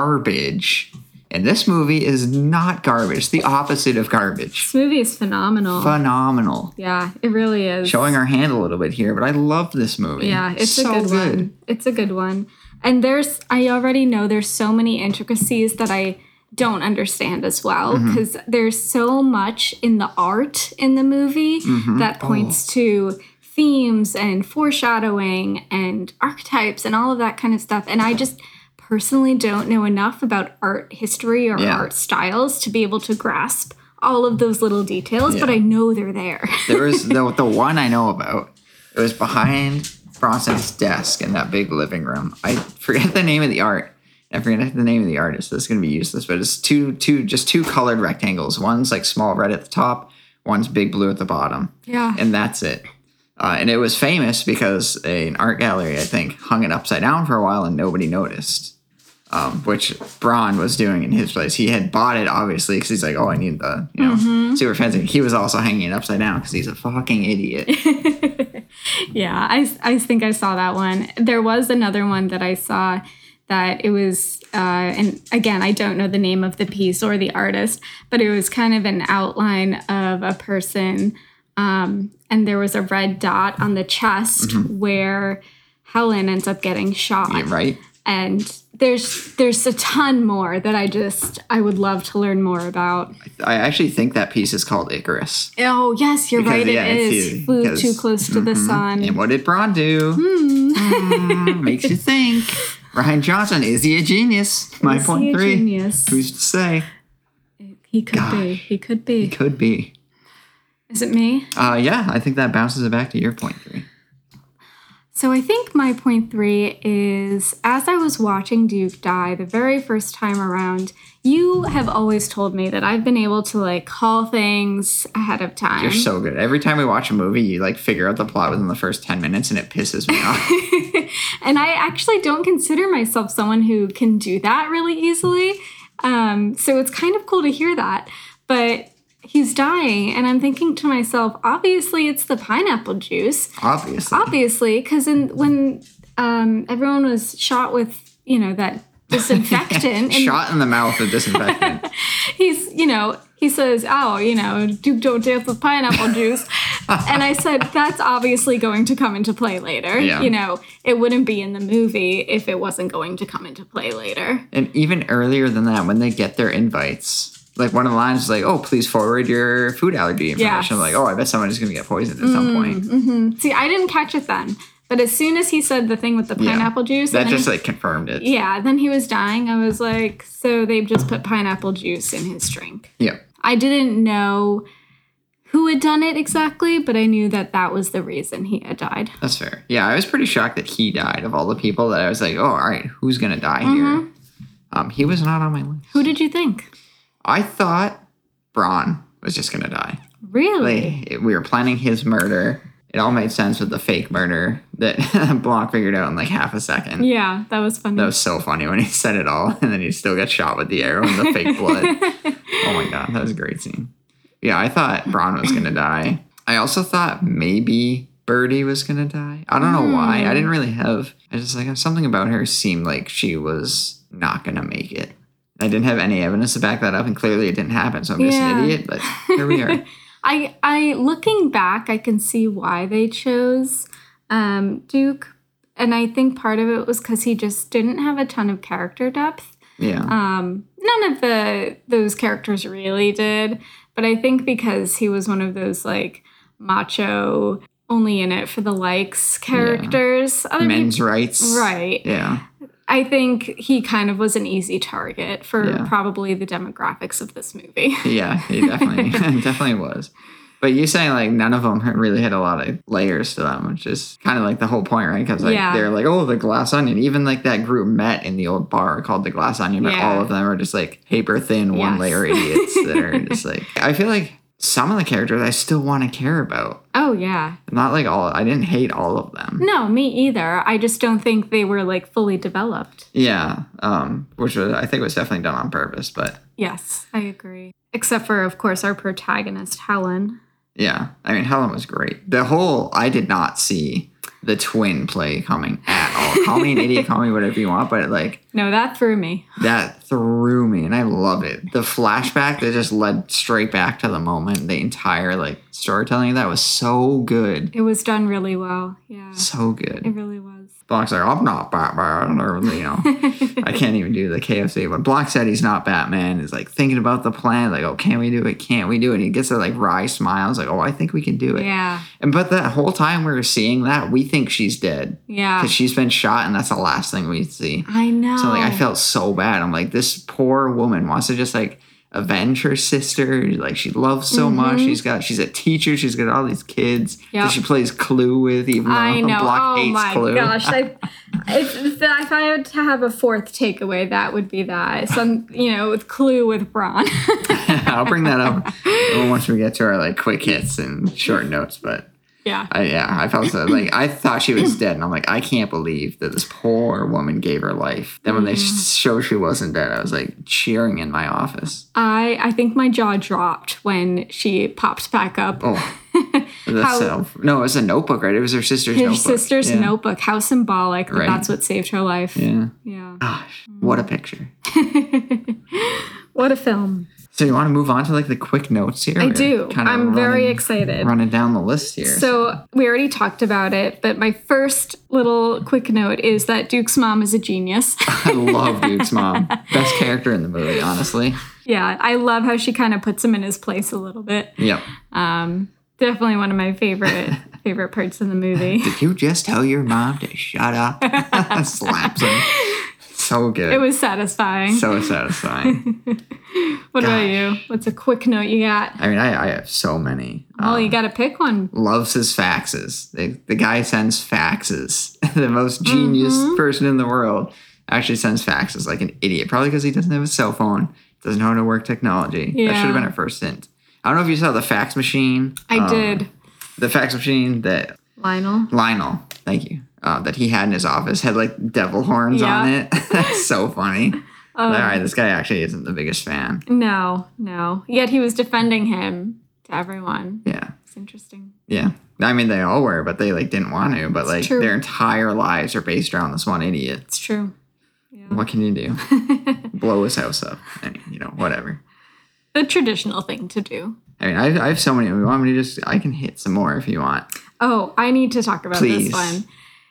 [SPEAKER 1] garbage. And this movie is not garbage, the opposite of garbage.
[SPEAKER 2] This movie is phenomenal.
[SPEAKER 1] Phenomenal.
[SPEAKER 2] Yeah, it really is.
[SPEAKER 1] Showing our hand a little bit here, but I love this movie.
[SPEAKER 2] Yeah, it's a good, one. It's a good one. And there's I already know there's so many intricacies that I don't understand as well because there's so much in the art in the movie that points to themes and foreshadowing and archetypes and all of that kind of stuff and I just personally don't know enough about art history or
[SPEAKER 1] Yeah.
[SPEAKER 2] art styles to be able to grasp all of those little details but
[SPEAKER 1] Yeah.
[SPEAKER 2] I know they're there.
[SPEAKER 1] There was the, the one I know about. It was behind Bronson's desk in that big living room. I forget the name of the art. I forget the name of the artist that's going to be useless, but it's two, two, just two colored rectangles. One's like small red at the top, one's big blue at the bottom.
[SPEAKER 2] yeah.
[SPEAKER 1] and that's it. Uh, and it was famous because an art gallery, I think, hung it upside down for a while and nobody noticed, um, which Braun was doing in his place. He had bought it, obviously, because he's like, oh, I need the, you know,
[SPEAKER 2] Mm-hmm.
[SPEAKER 1] super fancy. He was also hanging it upside down because he's a fucking idiot.
[SPEAKER 2] Yeah, I, I think I saw that one. There was another one that I saw that it was, uh, and again, I don't know the name of the piece or the artist, but it was kind of an outline of a person. Um, and there was a red dot on the chest where Helen ends up getting shot.
[SPEAKER 1] Mm-hmm. Yeah, right?
[SPEAKER 2] And there's there's a ton more that I just I would love to learn more about.
[SPEAKER 1] I actually think that piece is called Icarus.
[SPEAKER 2] Oh yes, you're
[SPEAKER 1] Because,
[SPEAKER 2] right.
[SPEAKER 1] yeah,
[SPEAKER 2] it
[SPEAKER 1] it's
[SPEAKER 2] is
[SPEAKER 1] easy,
[SPEAKER 2] flew
[SPEAKER 1] because- Mm-hmm.
[SPEAKER 2] too close to the sun.
[SPEAKER 1] And what did Braun do? Hmm, makes you think. Ryan Johnson, is he a genius? My
[SPEAKER 2] Is he
[SPEAKER 1] point
[SPEAKER 2] a
[SPEAKER 1] three.
[SPEAKER 2] genius?
[SPEAKER 1] Who's to say?
[SPEAKER 2] He could be.
[SPEAKER 1] Gosh.
[SPEAKER 2] He could be.
[SPEAKER 1] Could be.
[SPEAKER 2] Is it me?
[SPEAKER 1] Uh, yeah, I think that bounces it back to your point three.
[SPEAKER 2] So I think my point three is as I was watching Duke die the very first time around, you have always told me that I've been able to like call things ahead of time.
[SPEAKER 1] You're so good. Every time we watch a movie, you like figure out the plot within the first 10 minutes and it pisses me off.
[SPEAKER 2] and I actually don't consider myself someone who can do that really easily. Um, so it's kind of cool to hear that. But he's dying, and I'm thinking to myself, obviously it's the pineapple juice.
[SPEAKER 1] Obviously.
[SPEAKER 2] obviously because in when um, everyone was shot with you know that disinfectant and
[SPEAKER 1] Shot in the mouth of disinfectant.
[SPEAKER 2] he's you know he says oh you know duke don't dance with pineapple juice and i said that's obviously going to come into play later
[SPEAKER 1] Yeah.
[SPEAKER 2] you know it wouldn't be in the movie if it wasn't going to come into play later
[SPEAKER 1] and even earlier than that, when they get their invites, like one of the lines is like, oh, please forward your food allergy information.
[SPEAKER 2] Yes. Mm,
[SPEAKER 1] I'm like, oh, I bet someone's going to get poisoned at some point.
[SPEAKER 2] see i didn't catch it then but as soon as he said the thing with the
[SPEAKER 1] Yeah.
[SPEAKER 2] pineapple juice
[SPEAKER 1] That
[SPEAKER 2] and then
[SPEAKER 1] just like confirmed it.
[SPEAKER 2] yeah then he was dying i was like so they've just put pineapple juice in his drink
[SPEAKER 1] Yeah.
[SPEAKER 2] I didn't know who had done it exactly, but I knew that that was the reason he had died.
[SPEAKER 1] That's fair.
[SPEAKER 2] Mm-hmm.
[SPEAKER 1] Yeah, I was pretty shocked that he died of all the people that I was like, oh, all right, who's gonna die here? Um, he was not on my list.
[SPEAKER 2] Who did you think?
[SPEAKER 1] I thought Braun was just gonna die.
[SPEAKER 2] Really?
[SPEAKER 1] They, we were planning his murder. It all made sense with the fake murder that Blanc figured out in like half a second.
[SPEAKER 2] Yeah, that was funny.
[SPEAKER 1] That was so funny when he said it all, and then he still got shot with the arrow and the fake blood. Oh my god, that was a great scene. Yeah, I thought Braun was gonna die. I also thought maybe Birdie was gonna die. I don't know why. I didn't really have. I just like something about her seemed like she was not gonna make it. I didn't have any evidence to back that up, and clearly it didn't happen. So I'm just
[SPEAKER 2] Yeah.
[SPEAKER 1] an idiot. But here we are.
[SPEAKER 2] I I looking back, I can see why they chose um, Duke, and I think part of it was because he just didn't have a ton of character depth.
[SPEAKER 1] Yeah.
[SPEAKER 2] Um, none of the those characters really did, but I think because he was one of those like macho, only in it for the likes characters. Other
[SPEAKER 1] Men's
[SPEAKER 2] peop-
[SPEAKER 1] rights.
[SPEAKER 2] right?
[SPEAKER 1] Yeah.
[SPEAKER 2] I think he kind of was an easy target for
[SPEAKER 1] Yeah.
[SPEAKER 2] probably the demographics of this movie.
[SPEAKER 1] Yeah. He definitely definitely was. But you saying like none of them really had a lot of layers to them, which is kind of like the whole point, right? Because like
[SPEAKER 2] Yeah.
[SPEAKER 1] they're like, oh, the glass onion. Even like that group met in the old bar called the glass onion, but
[SPEAKER 2] Yeah.
[SPEAKER 1] all of them are just like paper thin, one
[SPEAKER 2] Yes.
[SPEAKER 1] layer idiots that are just like. I feel like some of the characters I still want to care about.
[SPEAKER 2] oh yeah,
[SPEAKER 1] Not like all. I didn't hate all of them.
[SPEAKER 2] No, me either. I just don't think they were like fully developed.
[SPEAKER 1] Yeah. Um. Which was, I think was definitely done on purpose, but
[SPEAKER 2] Yes, I agree. Except for, of course, our protagonist, Helen.
[SPEAKER 1] Yeah. I mean, Helen was great. The whole, I did not see the twin play coming at all. call me an idiot, call me whatever you want, but like
[SPEAKER 2] No, that threw me.
[SPEAKER 1] that threw me and I loved it. The flashback that just led straight back to the moment, the entire like storytelling of that was so good.
[SPEAKER 2] It was done really well. Yeah,
[SPEAKER 1] So
[SPEAKER 2] it
[SPEAKER 1] good.
[SPEAKER 2] really was.
[SPEAKER 1] Block's like, I'm not Batman, or you know, I can't even do the KFC. But Block said he's not Batman. Is like thinking about the plan, like, oh, can we do it? Can't we do it? And he gets that like wry smile. He's like, oh, I think we can do it.
[SPEAKER 2] Yeah,
[SPEAKER 1] And but that whole time we were seeing that, we think she's dead
[SPEAKER 2] yeah.
[SPEAKER 1] because she's been shot, and that's the last thing we see.
[SPEAKER 2] I know.
[SPEAKER 1] So like, I felt so bad. I'm like, this poor woman wants to just like avenge her sister. Like she loves so much.
[SPEAKER 2] Mhm.
[SPEAKER 1] She's got she's a teacher. She's got all these kids
[SPEAKER 2] Yep.
[SPEAKER 1] that she plays Clue with, even though
[SPEAKER 2] I know.
[SPEAKER 1] Block
[SPEAKER 2] oh
[SPEAKER 1] hates
[SPEAKER 2] my
[SPEAKER 1] Clue.
[SPEAKER 2] gosh! I, if, if I had to have a fourth takeaway, that would be that. Some, you know, with Clue with Braun.
[SPEAKER 1] I'll bring that up once we get to our like quick hits and short notes, but.
[SPEAKER 2] yeah.
[SPEAKER 1] I, yeah, I felt so like I thought she was dead, and I'm like, I can't believe that this poor woman gave her life. Then when they
[SPEAKER 2] Mm.
[SPEAKER 1] sh- showed she wasn't dead, I was like cheering in my office.
[SPEAKER 2] I I think my jaw dropped when she popped back up.
[SPEAKER 1] Oh, the
[SPEAKER 2] How-
[SPEAKER 1] cell- no, it was a notebook, right? It was her sister's
[SPEAKER 2] Her
[SPEAKER 1] notebook.
[SPEAKER 2] sister's
[SPEAKER 1] yeah.
[SPEAKER 2] notebook. How symbolic that
[SPEAKER 1] Right.
[SPEAKER 2] that's what saved her life.
[SPEAKER 1] Yeah, Ah.
[SPEAKER 2] Yeah.
[SPEAKER 1] gosh, what a picture.
[SPEAKER 2] What a film.
[SPEAKER 1] So you want to move on to like the quick notes here?
[SPEAKER 2] I do. I'm very excited.
[SPEAKER 1] Running down the list here.
[SPEAKER 2] So we already talked about it, but my first little quick note is that Duke's mom is a genius.
[SPEAKER 1] I love Duke's mom. Best character in the movie, honestly.
[SPEAKER 2] yeah, I love how she kind of puts him in his place a little bit.
[SPEAKER 1] Yep.
[SPEAKER 2] Um, definitely one of my favorite favorite parts in the movie.
[SPEAKER 1] Did you just tell your mom to shut up? Slaps him. So good.
[SPEAKER 2] It was satisfying.
[SPEAKER 1] so satisfying.
[SPEAKER 2] what about you? What's a quick note you got?
[SPEAKER 1] I mean, I, I have so many.
[SPEAKER 2] Oh,
[SPEAKER 1] Um,
[SPEAKER 2] you got to pick one.
[SPEAKER 1] loves his faxes. The, the guy sends faxes. the most genius
[SPEAKER 2] Mm-hmm.
[SPEAKER 1] person in the world actually sends faxes like an idiot, probably because he doesn't have a cell phone, doesn't know how to work technology. That should
[SPEAKER 2] Yeah.
[SPEAKER 1] have been our first hint. I don't know if you saw the fax machine.
[SPEAKER 2] I
[SPEAKER 1] um,
[SPEAKER 2] did.
[SPEAKER 1] The fax machine that
[SPEAKER 2] Lionel.
[SPEAKER 1] Lionel, thank you, uh, that he had in his office had like devil horns on
[SPEAKER 2] Yeah.
[SPEAKER 1] it. That's so funny.
[SPEAKER 2] Oh.
[SPEAKER 1] All right, this guy actually isn't the biggest fan.
[SPEAKER 2] No, no. Yet he was defending him to everyone.
[SPEAKER 1] Yeah.
[SPEAKER 2] It's interesting.
[SPEAKER 1] Yeah. I mean, they all were, but they like didn't want to. But like
[SPEAKER 2] true.
[SPEAKER 1] their entire lives are based around this one idiot.
[SPEAKER 2] It's true.
[SPEAKER 1] What can you do? Blow his house up. I mean, you know, whatever.
[SPEAKER 2] The traditional thing to do.
[SPEAKER 1] I mean, I, I have so many. You want me to just? I can hit some more if you want.
[SPEAKER 2] Oh, I need to talk about
[SPEAKER 1] Please.
[SPEAKER 2] this one.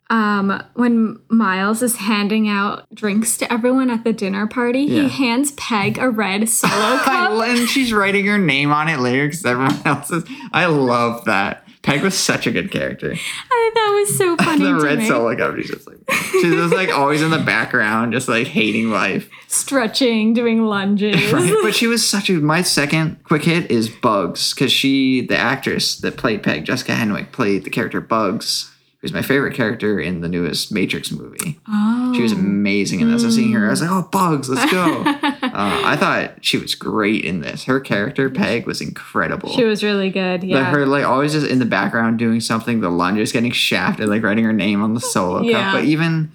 [SPEAKER 2] Um, when Miles is handing out drinks to everyone at the dinner party,
[SPEAKER 1] Yeah.
[SPEAKER 2] he hands Peg a red solo
[SPEAKER 1] I,
[SPEAKER 2] cup.
[SPEAKER 1] lo- and she's writing her name on it later because everyone else is. I love that. Peg was such a good character.
[SPEAKER 2] I- that was so funny.
[SPEAKER 1] The
[SPEAKER 2] to
[SPEAKER 1] red
[SPEAKER 2] me.
[SPEAKER 1] solo cup. She's just like she's just like always in the background, just like hating life.
[SPEAKER 2] Stretching, doing lunges.
[SPEAKER 1] Right? but she was such a my second quick hit is Bugs because she the actress that played Peg Jessica Henwick played the character Bugs who's my favorite character in the newest Matrix movie.
[SPEAKER 2] Oh.
[SPEAKER 1] She was amazing in this. I was seeing her. I was like, oh, bugs, let's go. uh, I thought she was great in this. Her character, Peg, was incredible.
[SPEAKER 2] She was really good.
[SPEAKER 1] But
[SPEAKER 2] Yeah.
[SPEAKER 1] her like always just in the background doing something, the line just getting shafted, like writing her name on the solo
[SPEAKER 2] Yeah.
[SPEAKER 1] cup. But even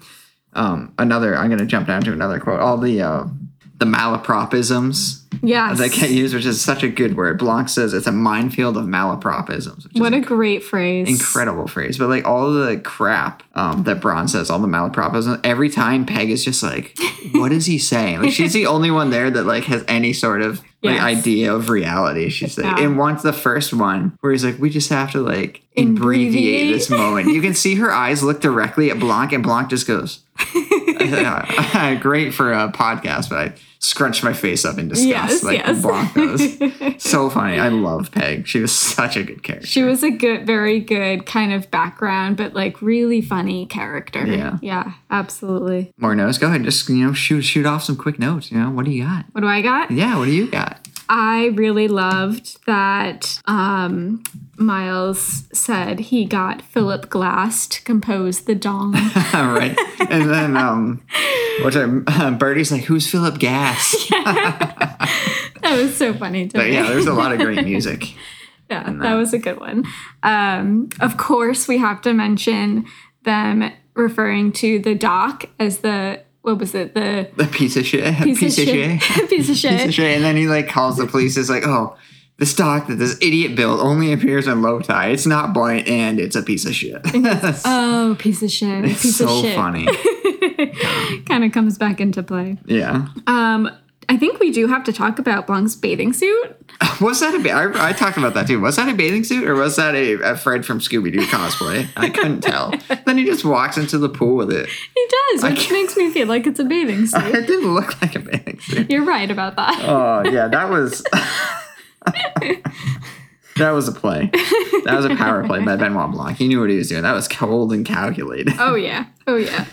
[SPEAKER 1] um, another, I'm gonna jump down to another quote. All the uh, the malapropisms
[SPEAKER 2] yes.
[SPEAKER 1] that get used, which is such a good word. Blanc says it's a minefield of malapropisms, which is
[SPEAKER 2] what a great phrase.
[SPEAKER 1] incredible phrase. But like all the crap um, that Braun says, all the malapropisms, every time Peg is just like, what is he saying? Like she's the only one there that like has any sort of like
[SPEAKER 2] Yes.
[SPEAKER 1] idea of reality. She's like,
[SPEAKER 2] Yeah.
[SPEAKER 1] and once the first one where he's like, we just have to like
[SPEAKER 2] Abbreviate.
[SPEAKER 1] abbreviate this moment. You can see her eyes look directly at Blanc, and Blanc just goes. Yeah, Great for a podcast, but I scrunched my face up in disgust
[SPEAKER 2] Yes,
[SPEAKER 1] like
[SPEAKER 2] yes.
[SPEAKER 1] Blanc does. so funny. I love Peg. She was such a good character.
[SPEAKER 2] She was a good, very good kind of background, but like really funny character.
[SPEAKER 1] Yeah.
[SPEAKER 2] Yeah, absolutely.
[SPEAKER 1] more notes. Go ahead, just you know, shoot shoot off some quick notes. You know, what do you got?
[SPEAKER 2] What do I got?
[SPEAKER 1] Yeah, what do you got?
[SPEAKER 2] I really loved that um, Miles said he got Philip Glass to compose the Dong.
[SPEAKER 1] All right, and then um, what's our uh, Bertie's like, who's Philip Gass? Yeah,
[SPEAKER 2] that was so funny to
[SPEAKER 1] but
[SPEAKER 2] me.
[SPEAKER 1] yeah, there's a lot of great music.
[SPEAKER 2] Yeah, that was a good one. Um, of course, we have to mention them referring to the doc as the what was it the
[SPEAKER 1] The piece of shit, piece, of shit,
[SPEAKER 2] piece of
[SPEAKER 1] piece of
[SPEAKER 2] shit.
[SPEAKER 1] shit, and then he like calls the police. It's like, oh. This dock that this idiot built only appears in low tide. It's not blunt and it's a piece of shit. It's
[SPEAKER 2] Oh, piece of shit. Piece
[SPEAKER 1] so
[SPEAKER 2] of shit.
[SPEAKER 1] funny.
[SPEAKER 2] Kind of comes back into play.
[SPEAKER 1] Yeah.
[SPEAKER 2] Um, I think we do have to talk about Blanc's bathing suit.
[SPEAKER 1] Was that a ba- I, I talked about that too. Was that a bathing suit or was that a, a Fred from Scooby Doo cosplay? I couldn't tell. Then he just walks into the pool with it.
[SPEAKER 2] He does, which makes me feel like it's a bathing suit.
[SPEAKER 1] It didn't look like a bathing suit.
[SPEAKER 2] You're right about that.
[SPEAKER 1] Oh yeah, that was that was a play. That was a power play by Benoit Blanc. He knew what he was doing. That was cold and calculated.
[SPEAKER 2] Oh yeah. Oh yeah.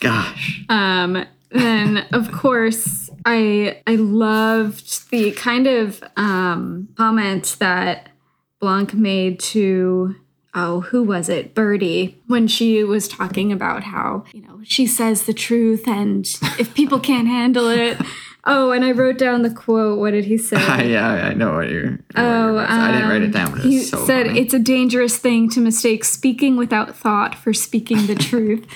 [SPEAKER 1] Gosh,
[SPEAKER 2] Um, then of course I I loved the kind of um, comment that Blanc made to oh who was it Birdie when she was talking about how you know she says the truth and if people can't handle it oh and I wrote down the quote what did he say
[SPEAKER 1] I, yeah, I know what you're. I know what you're about to say. I didn't write it down, but it
[SPEAKER 2] oh, He
[SPEAKER 1] was so
[SPEAKER 2] um, said
[SPEAKER 1] funny.
[SPEAKER 2] it's a dangerous thing to mistake speaking without thought for speaking the truth.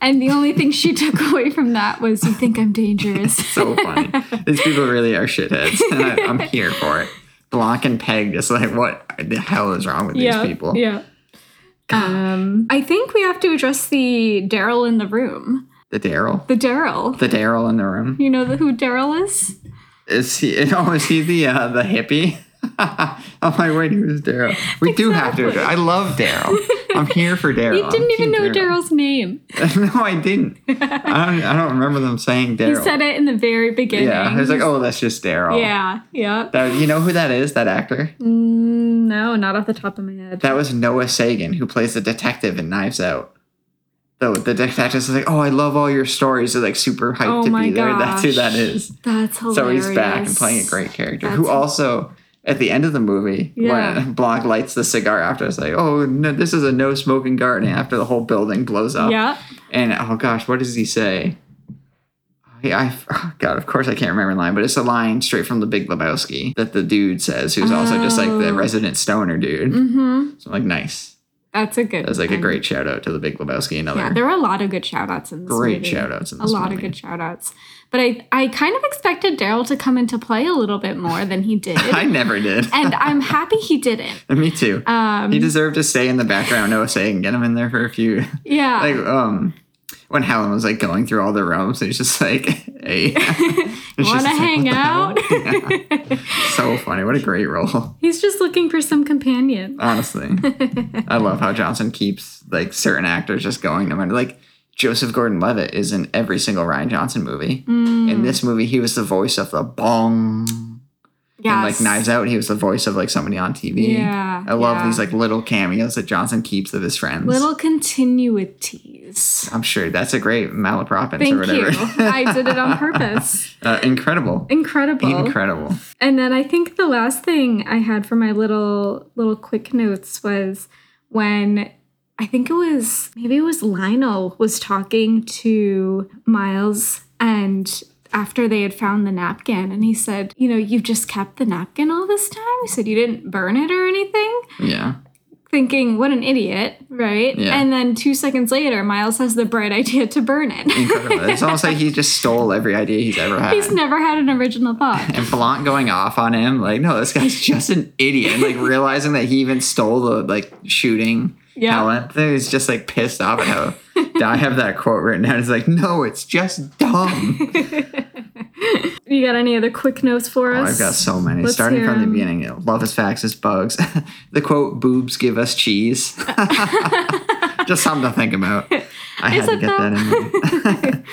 [SPEAKER 2] And the only thing she took away from that was, "You think I'm dangerous?"
[SPEAKER 1] so funny. These people really are shitheads. I, I'm here for it. Blanc and Peg just like, what the hell is wrong with these people?
[SPEAKER 2] yeah. Um, I think we have to address the Daryl in the room.
[SPEAKER 1] The Daryl.
[SPEAKER 2] The Daryl.
[SPEAKER 1] The Daryl in the room.
[SPEAKER 2] You know the, who Daryl is?
[SPEAKER 1] Is he? Oh, is he the uh, the hippie? I'm like, wait, who's Daryl? We do have to.
[SPEAKER 2] Exactly.
[SPEAKER 1] address- I love Daryl. I'm here for Daryl.
[SPEAKER 2] You didn't
[SPEAKER 1] I'm
[SPEAKER 2] even know
[SPEAKER 1] Team
[SPEAKER 2] Daryl's name.
[SPEAKER 1] no, I didn't. I don't. I don't remember them saying
[SPEAKER 2] He
[SPEAKER 1] Daryl.
[SPEAKER 2] said it in the very beginning.
[SPEAKER 1] yeah, I was like, oh, that's just Daryl.
[SPEAKER 2] Yeah, yeah.
[SPEAKER 1] That, you know who that is? That actor.
[SPEAKER 2] Mm, no, not off the top of my head.
[SPEAKER 1] That was Noah Sagan, who plays the detective in Knives Out. The, the detective's like, oh, I love all your stories. They're like super hyped
[SPEAKER 2] Oh
[SPEAKER 1] to
[SPEAKER 2] my
[SPEAKER 1] be there. That's who that
[SPEAKER 2] gosh.
[SPEAKER 1] is.
[SPEAKER 2] That's hilarious.
[SPEAKER 1] So he's back and playing a great character, who
[SPEAKER 2] That's-
[SPEAKER 1] also at the end of the movie
[SPEAKER 2] Yeah.
[SPEAKER 1] when Blanc lights the cigar after it's like, oh, no, this is a no smoking garden after the whole building blows up.
[SPEAKER 2] Yeah.
[SPEAKER 1] And oh gosh, what does he say? I, I oh, God, of course I can't remember the line, but it's a line straight from The Big Lebowski that the dude says, who's also just like the
[SPEAKER 2] Oh.
[SPEAKER 1] resident stoner dude.
[SPEAKER 2] Mm-hmm.
[SPEAKER 1] So I'm like, nice.
[SPEAKER 2] That's a good.
[SPEAKER 1] That was like a
[SPEAKER 2] one.
[SPEAKER 1] great shout out to The Big Lebowski. Another
[SPEAKER 2] Um, Yeah, there were a lot of good shout outs in this
[SPEAKER 1] great
[SPEAKER 2] movie.
[SPEAKER 1] shout outs in
[SPEAKER 2] A
[SPEAKER 1] this
[SPEAKER 2] lot of
[SPEAKER 1] movie.
[SPEAKER 2] good shout outs. But I, I kind of expected Daryl to come into play a little bit more than he did.
[SPEAKER 1] I never did.
[SPEAKER 2] and I'm happy he didn't.
[SPEAKER 1] Me too.
[SPEAKER 2] Um,
[SPEAKER 1] he deserved to stay in the background. Noah Sagan, get him in there for a few.
[SPEAKER 2] yeah.
[SPEAKER 1] like um when Helen was like going through all the realms, it's just like, hey, It's
[SPEAKER 2] Wanna
[SPEAKER 1] just like,
[SPEAKER 2] hang
[SPEAKER 1] what the
[SPEAKER 2] out?
[SPEAKER 1] hell? Yeah. so funny! What a great role,
[SPEAKER 2] He's just looking for some companion.
[SPEAKER 1] honestly. I love how Johnson keeps like certain actors just going no matter like. Joseph Gordon-Levitt is in every single Ryan Johnson movie.
[SPEAKER 2] Mm.
[SPEAKER 1] In this movie, he was the voice of the bong.
[SPEAKER 2] Yeah.
[SPEAKER 1] And like Knives Out, he was the voice of like somebody on TV.
[SPEAKER 2] Yeah,
[SPEAKER 1] I love
[SPEAKER 2] yeah.
[SPEAKER 1] these like little cameos that Johnson keeps of his friends.
[SPEAKER 2] Little continuities.
[SPEAKER 1] I'm sure that's a great malapropism or
[SPEAKER 2] Thank you.
[SPEAKER 1] whatever.
[SPEAKER 2] I did it on purpose.
[SPEAKER 1] Uh, incredible.
[SPEAKER 2] Incredible.
[SPEAKER 1] Incredible.
[SPEAKER 2] And then I think the last thing I had for my little little quick notes was when I think it was maybe it was Lionel was talking to Miles and after they had found the napkin and he said, "You know, you've just kept the napkin all this time?" He said, "You didn't burn it or anything?"
[SPEAKER 1] Yeah.
[SPEAKER 2] Thinking, "What an idiot," right?
[SPEAKER 1] Yeah.
[SPEAKER 2] And then 2 seconds later, Miles has the bright idea to burn it.
[SPEAKER 1] Incredible. it's almost like he just stole every idea he's ever had.
[SPEAKER 2] He's never had an original thought.
[SPEAKER 1] and Blanc going off on him, like, no, this guy's just an idiot. And, like realizing that he even stole the like shooting
[SPEAKER 2] Yeah.
[SPEAKER 1] Helen. He was just like pissed off at how I have that quote written down. It's like, no, it's just dumb.
[SPEAKER 2] You got any other quick notes for
[SPEAKER 1] Oh,
[SPEAKER 2] us?
[SPEAKER 1] I've got so many.
[SPEAKER 2] Let's
[SPEAKER 1] Starting
[SPEAKER 2] hear
[SPEAKER 1] from the
[SPEAKER 2] 'em.
[SPEAKER 1] beginning, you know, love is facts is bugs. the quote, boobs give us cheese. just something to think about. I had
[SPEAKER 2] Is
[SPEAKER 1] to
[SPEAKER 2] it
[SPEAKER 1] get
[SPEAKER 2] though?
[SPEAKER 1] that in there.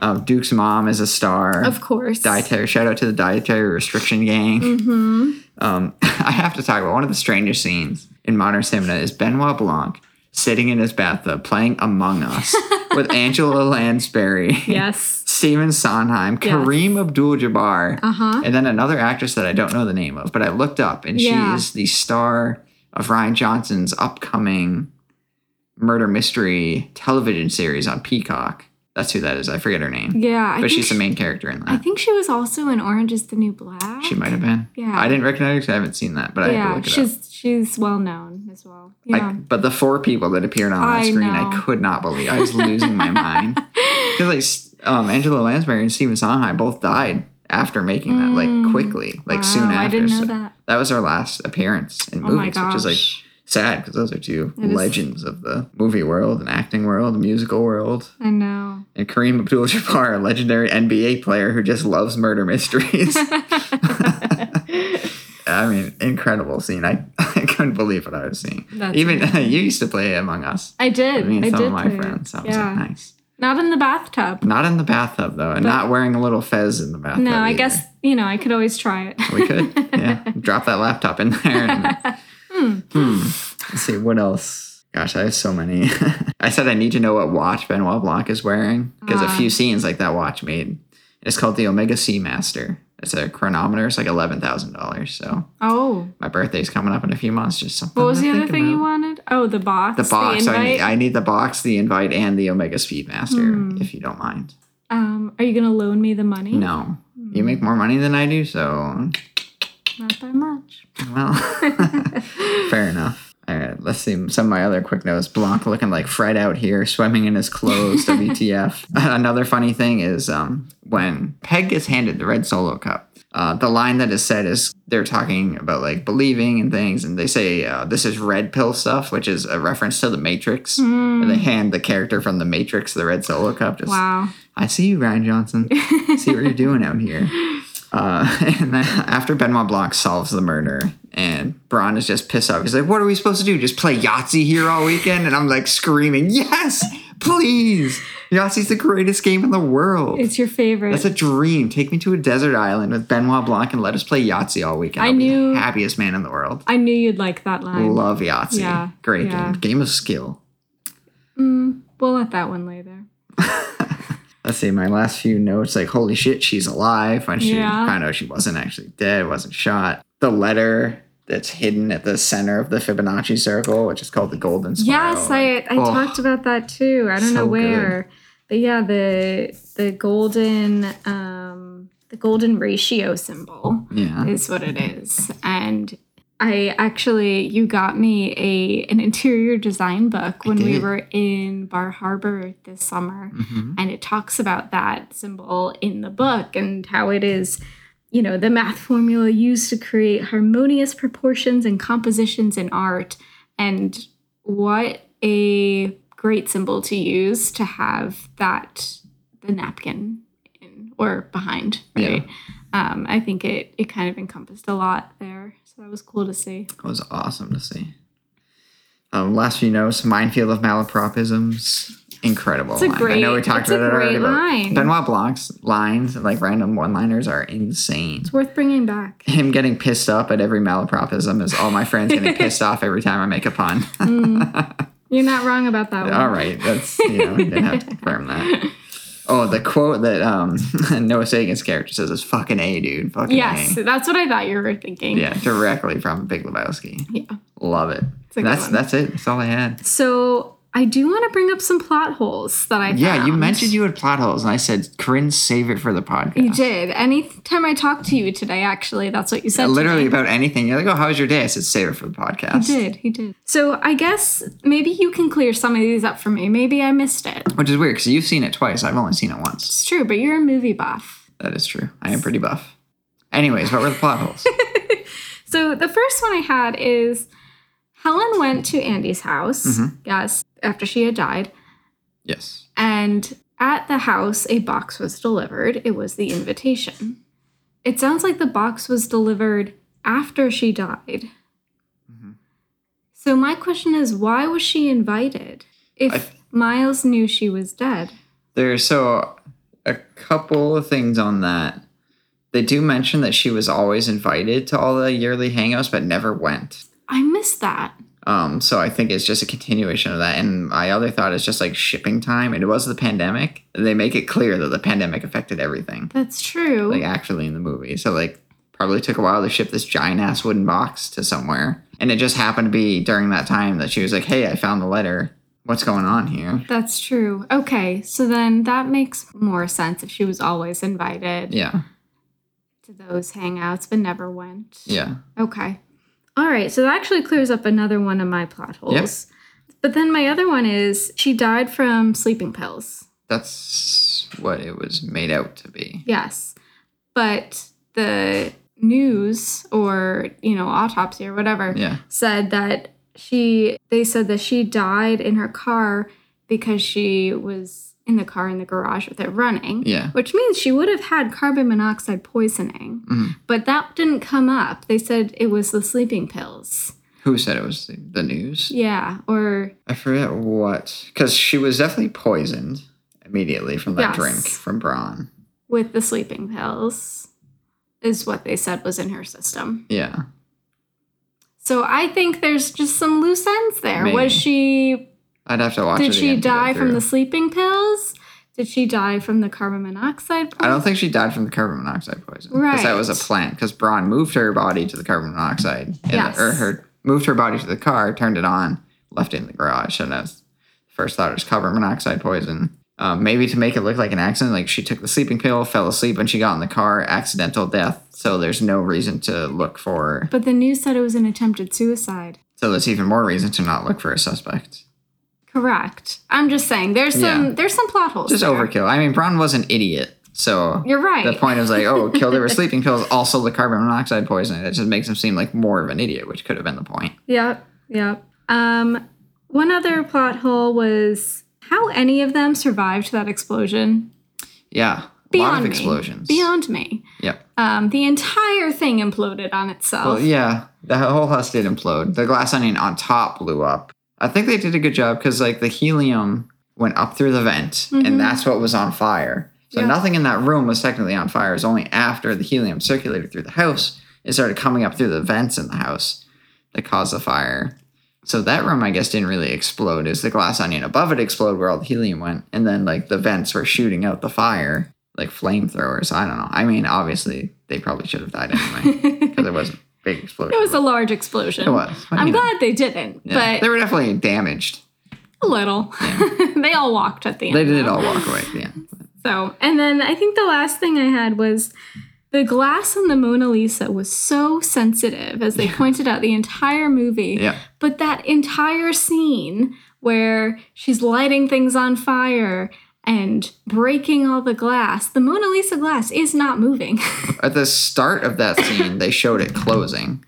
[SPEAKER 1] um, Duke's mom is a star.
[SPEAKER 2] Of course.
[SPEAKER 1] dietary shout out to the dietary restriction gang
[SPEAKER 2] Mm-hmm.
[SPEAKER 1] um, i have to talk about one of the strangest scenes in modern cinema is benoit blanc sitting in his bathtub playing among us with angela lansbury
[SPEAKER 2] Yes.
[SPEAKER 1] Steven Sondheim,
[SPEAKER 2] Yes.
[SPEAKER 1] Kareem Abdul-Jabbar,
[SPEAKER 2] Uh-huh.
[SPEAKER 1] and then another actress that I don't know the name of, but I looked up, and
[SPEAKER 2] Yeah.
[SPEAKER 1] she is the star of Ryan Johnson's upcoming murder mystery television series on Peacock. That's who that is. I forget her name,
[SPEAKER 2] Yeah, I
[SPEAKER 1] but
[SPEAKER 2] think
[SPEAKER 1] she's the
[SPEAKER 2] she-
[SPEAKER 1] main character in that.
[SPEAKER 2] I think she was also in Orange is the New Black.
[SPEAKER 1] She might have been.
[SPEAKER 2] Yeah.
[SPEAKER 1] I didn't recognize her 'cause I haven't seen that, but I had to
[SPEAKER 2] yeah,
[SPEAKER 1] look it up.
[SPEAKER 2] she's she's well known as well.
[SPEAKER 1] I-
[SPEAKER 2] Yeah.
[SPEAKER 1] but the four people that appeared on that
[SPEAKER 2] I
[SPEAKER 1] screen,
[SPEAKER 2] know.
[SPEAKER 1] I could not believe. I was losing my mind. Because like s- um, Angela Lansbury and Stephen Sondheim both died after making that, like
[SPEAKER 2] Mm.
[SPEAKER 1] quickly, like soon
[SPEAKER 2] Wow,
[SPEAKER 1] after.
[SPEAKER 2] I didn't know
[SPEAKER 1] So
[SPEAKER 2] that.
[SPEAKER 1] was her last appearance in
[SPEAKER 2] Oh my
[SPEAKER 1] movies, which is like
[SPEAKER 2] gosh.
[SPEAKER 1] sad because those are two
[SPEAKER 2] It is-
[SPEAKER 1] legends of the movie world and acting world, and musical world.
[SPEAKER 2] I know.
[SPEAKER 1] And Kareem Abdul-Jabbar, a legendary NBA player who just loves murder mysteries. I mean, incredible scene. I, I couldn't believe what I was seeing.
[SPEAKER 2] That's
[SPEAKER 1] Even you used to play Among Us.
[SPEAKER 2] I did.
[SPEAKER 1] Me and
[SPEAKER 2] I
[SPEAKER 1] some
[SPEAKER 2] did
[SPEAKER 1] of my
[SPEAKER 2] play it.
[SPEAKER 1] friends. I was
[SPEAKER 2] yeah.
[SPEAKER 1] like, nice.
[SPEAKER 2] Not in the bathtub.
[SPEAKER 1] Not in the bathtub though, and not wearing a little fez in the bathtub.
[SPEAKER 2] No, I
[SPEAKER 1] either.
[SPEAKER 2] guess you know I could always try it.
[SPEAKER 1] we could. Yeah, drop that laptop in there. And, Hmm. Let's see what else. Gosh, I have so many. I said I need to know what watch Benoit Blanc is wearing because a
[SPEAKER 2] Ah.
[SPEAKER 1] few scenes like that watch made. It's called the Omega Seamaster. It's a chronometer. It's like eleven thousand dollars. So
[SPEAKER 2] oh,
[SPEAKER 1] my birthday's coming up in a few months. Just something.
[SPEAKER 2] what was
[SPEAKER 1] to
[SPEAKER 2] the other
[SPEAKER 1] think
[SPEAKER 2] thing you
[SPEAKER 1] about.
[SPEAKER 2] wanted? Oh, the box.
[SPEAKER 1] The box. I,
[SPEAKER 2] invite. Hmm.
[SPEAKER 1] need, I need the box, the invite, and the Omega Speedmaster, if you don't mind.
[SPEAKER 2] um, are you gonna loan me the money?
[SPEAKER 1] No, you make more money than I do, so
[SPEAKER 2] not by much.
[SPEAKER 1] well, fair enough. All right, let's see some of my other quick notes. Blanc looking like Fred out here, swimming in his clothes. WTF? Another funny thing is um, when Peg gets handed the red solo cup. Uh, the line that is said is they're talking about like believing and things, and they say uh, this is red pill stuff, which is a reference to the Matrix. And they hand the character from the Matrix the red solo cup. Just
[SPEAKER 2] Wow.
[SPEAKER 1] I see you, Ryan Johnson. I see what you're doing out here. Uh, and then after Benoit Blanc solves the murder, and Braun is just pissed off. He's like, "What are we supposed to do? Just play Yahtzee here all weekend?" And I'm like screaming, "Yes, please! Yahtzee's the greatest game in the world.
[SPEAKER 2] It's your favorite.
[SPEAKER 1] That's a dream. Take me to a desert island with Benoit Blanc and let us play Yahtzee all weekend.
[SPEAKER 2] I
[SPEAKER 1] I'll be
[SPEAKER 2] knew-
[SPEAKER 1] the happiest man in the world.
[SPEAKER 2] I knew you'd like that line.
[SPEAKER 1] Love Yahtzee.
[SPEAKER 2] Yeah,
[SPEAKER 1] Great
[SPEAKER 2] yeah.
[SPEAKER 1] game. Game of skill.
[SPEAKER 2] Mm, we'll let that one lay there.
[SPEAKER 1] let's see my last few notes like holy shit she's alive when she
[SPEAKER 2] Yeah.
[SPEAKER 1] found out she wasn't actually dead wasn't shot the letter that's hidden at the center of the fibonacci circle which is called the golden spiral
[SPEAKER 2] Yes, I I
[SPEAKER 1] Oh.
[SPEAKER 2] talked about that too. I don't
[SPEAKER 1] So
[SPEAKER 2] know
[SPEAKER 1] good.
[SPEAKER 2] where, but yeah, the the golden um, the golden ratio symbol
[SPEAKER 1] yeah
[SPEAKER 2] is what it is, and I actually you got me a an interior design book when we
[SPEAKER 1] did.
[SPEAKER 2] were in Bar Harbor this summer,
[SPEAKER 1] Mhm.
[SPEAKER 2] and it talks about that symbol in the book and how it is you know the math formula used to create harmonious proportions and compositions in art and what a great symbol to use to have that the napkin in or behind right um, i think it it kind of encompassed a lot there so that was cool to see
[SPEAKER 1] it was awesome to see um, last few notes minefield of malapropisms incredible
[SPEAKER 2] It's a
[SPEAKER 1] line. i know we
[SPEAKER 2] great-
[SPEAKER 1] talked
[SPEAKER 2] it's a
[SPEAKER 1] about it already
[SPEAKER 2] great line.
[SPEAKER 1] but benoit blanc's lines like random one-liners are insane
[SPEAKER 2] it's worth bringing back
[SPEAKER 1] him getting pissed up at every malapropism is all my friends getting pissed off every time i make a pun
[SPEAKER 2] you're not wrong about that one
[SPEAKER 1] All right, that's you know, you didn't have to confirm that. Oh, the quote that um, Noah Sagan's character says is "fucking a, dude, fucking
[SPEAKER 2] yes
[SPEAKER 1] a."
[SPEAKER 2] that's what i thought you were thinking
[SPEAKER 1] Yeah, directly from Big Lebowski.
[SPEAKER 2] yeah
[SPEAKER 1] Love it.
[SPEAKER 2] it's a good
[SPEAKER 1] That's
[SPEAKER 2] one.
[SPEAKER 1] that's it. That's all I had.
[SPEAKER 2] So I do want to bring up some plot holes that I
[SPEAKER 1] Yeah, you
[SPEAKER 2] found.
[SPEAKER 1] mentioned you had plot holes, and I said, Corinne, save it for the podcast.
[SPEAKER 2] You did. Anytime I talked to you today, actually, that's what you said. to
[SPEAKER 1] Uh, Literally
[SPEAKER 2] me.
[SPEAKER 1] about anything. You're like, oh, how was your day? I said, save it for the podcast.
[SPEAKER 2] He did. He did. So I guess maybe you can clear some of these up for me. Maybe I missed it.
[SPEAKER 1] Which is weird because you've seen it twice. I've only seen it once.
[SPEAKER 2] It's true, but you're a movie buff.
[SPEAKER 1] That is true. I am pretty buff. Anyways, what were the plot holes?
[SPEAKER 2] So the first one I had is Helen went to Andy's house,
[SPEAKER 1] Mm-hmm.
[SPEAKER 2] yes, after she had died,
[SPEAKER 1] yes.
[SPEAKER 2] and at the house a box was delivered. It was the invitation. It sounds like the box was delivered after she died.
[SPEAKER 1] Mm-hmm.
[SPEAKER 2] So my question is why was she invited if
[SPEAKER 1] I-
[SPEAKER 2] Miles knew she was dead?
[SPEAKER 1] There's so a couple of things on that. They do mention that she was always invited to all the yearly hangouts, but never went.
[SPEAKER 2] I missed that.
[SPEAKER 1] Um, so I think it's just a continuation of that. And my other thought is just like shipping time. And it was the pandemic. They make it clear that the pandemic affected everything,
[SPEAKER 2] That's true.
[SPEAKER 1] like actually in the movie. So like probably took a while to ship this giant ass wooden box to somewhere. And it just happened to be during that time that she was like, "Hey, I found the letter. What's going on here?"
[SPEAKER 2] That's true. Okay, so then that makes more sense if she was always invited
[SPEAKER 1] Yeah,
[SPEAKER 2] to those hangouts but never went.
[SPEAKER 1] yeah.
[SPEAKER 2] Okay. All right, so that actually clears up another one of my plot holes. But then my other one is she died from sleeping pills.
[SPEAKER 1] That's what it was made out to be.
[SPEAKER 2] Yes. But the news or, you know, autopsy or whatever
[SPEAKER 1] Yeah.
[SPEAKER 2] said that she they said that she died in her car because she was in the car in the garage with it running
[SPEAKER 1] Yeah.
[SPEAKER 2] which means she would have had carbon monoxide poisoning
[SPEAKER 1] Mhm.
[SPEAKER 2] but that didn't come up they said it was the sleeping pills
[SPEAKER 1] Who said it was the- the news?
[SPEAKER 2] yeah or
[SPEAKER 1] I forget what, because she was definitely poisoned immediately from that
[SPEAKER 2] Yes.
[SPEAKER 1] drink from Braun.
[SPEAKER 2] with the sleeping pills is what they said was in her system
[SPEAKER 1] Yeah,
[SPEAKER 2] so i think there's just some loose ends there
[SPEAKER 1] Maybe.
[SPEAKER 2] was she
[SPEAKER 1] I'd have to watch. it
[SPEAKER 2] did she
[SPEAKER 1] again to go
[SPEAKER 2] die from
[SPEAKER 1] through.
[SPEAKER 2] the sleeping pills did she die from the carbon monoxide
[SPEAKER 1] I
[SPEAKER 2] poisoning?
[SPEAKER 1] don't think she died from the carbon monoxide poison. Because that was a
[SPEAKER 2] Right.
[SPEAKER 1] plant. Because Braun moved her body to the carbon monoxide, and
[SPEAKER 2] Yes.
[SPEAKER 1] or her moved her body to the car, turned it on, left it in the garage, and that's first thought was carbon monoxide poison. Um, maybe to make it look like an accident, like she took the sleeping pill, fell asleep, and she got in the car, accidental death. So there's no reason to look for.
[SPEAKER 2] But the news said it was an attempted suicide.
[SPEAKER 1] So there's even more reason to not look for a suspect.
[SPEAKER 2] Correct. I'm just saying there's some
[SPEAKER 1] Yeah.
[SPEAKER 2] there's some plot holes.
[SPEAKER 1] Just
[SPEAKER 2] there.
[SPEAKER 1] overkill. I mean, Braun was an idiot. So
[SPEAKER 2] You're right.
[SPEAKER 1] The point is like, oh, killed her with sleeping pills, also the carbon monoxide poisoning. It just makes him seem like more of an idiot, which could have been the point.
[SPEAKER 2] Yep. Yep. Um, one other plot hole was how any of them survived that explosion.
[SPEAKER 1] Yeah. a lot
[SPEAKER 2] Beyond
[SPEAKER 1] of
[SPEAKER 2] me.
[SPEAKER 1] explosions.
[SPEAKER 2] Beyond me.
[SPEAKER 1] Yep.
[SPEAKER 2] Um, the entire thing imploded on itself.
[SPEAKER 1] Well, yeah. The whole house did implode. The glass onion on top blew up. I think they did a good job because like the helium went up through the vent and that's what was on fire. So
[SPEAKER 2] Mm-hmm. Yeah.
[SPEAKER 1] nothing in that room was technically on fire. It was only after the helium circulated through the house, it started coming up through the vents in the house that caused the fire. So that room, I guess, didn't really explode. It was the glass onion above it explode where all the helium went, and then like the vents were shooting out the fire like flamethrowers. I don't know. I mean, obviously they probably should have died anyway because it was a big explosion.
[SPEAKER 2] It was a large explosion.
[SPEAKER 1] It was. But,
[SPEAKER 2] I'm
[SPEAKER 1] you know,
[SPEAKER 2] glad they didn't,
[SPEAKER 1] yeah. they
[SPEAKER 2] but
[SPEAKER 1] were definitely damaged.
[SPEAKER 2] a little. they all walked at the end.
[SPEAKER 1] They did
[SPEAKER 2] though.
[SPEAKER 1] all walk away. Yeah,
[SPEAKER 2] So, and then I think the last thing I had was the glass on the Mona Lisa was so sensitive, as they pointed out the entire movie.
[SPEAKER 1] yeah.
[SPEAKER 2] But that entire scene where she's lighting things on fire and breaking all the glass, the Mona Lisa glass is not moving.
[SPEAKER 1] At the start of that scene, they showed it closing,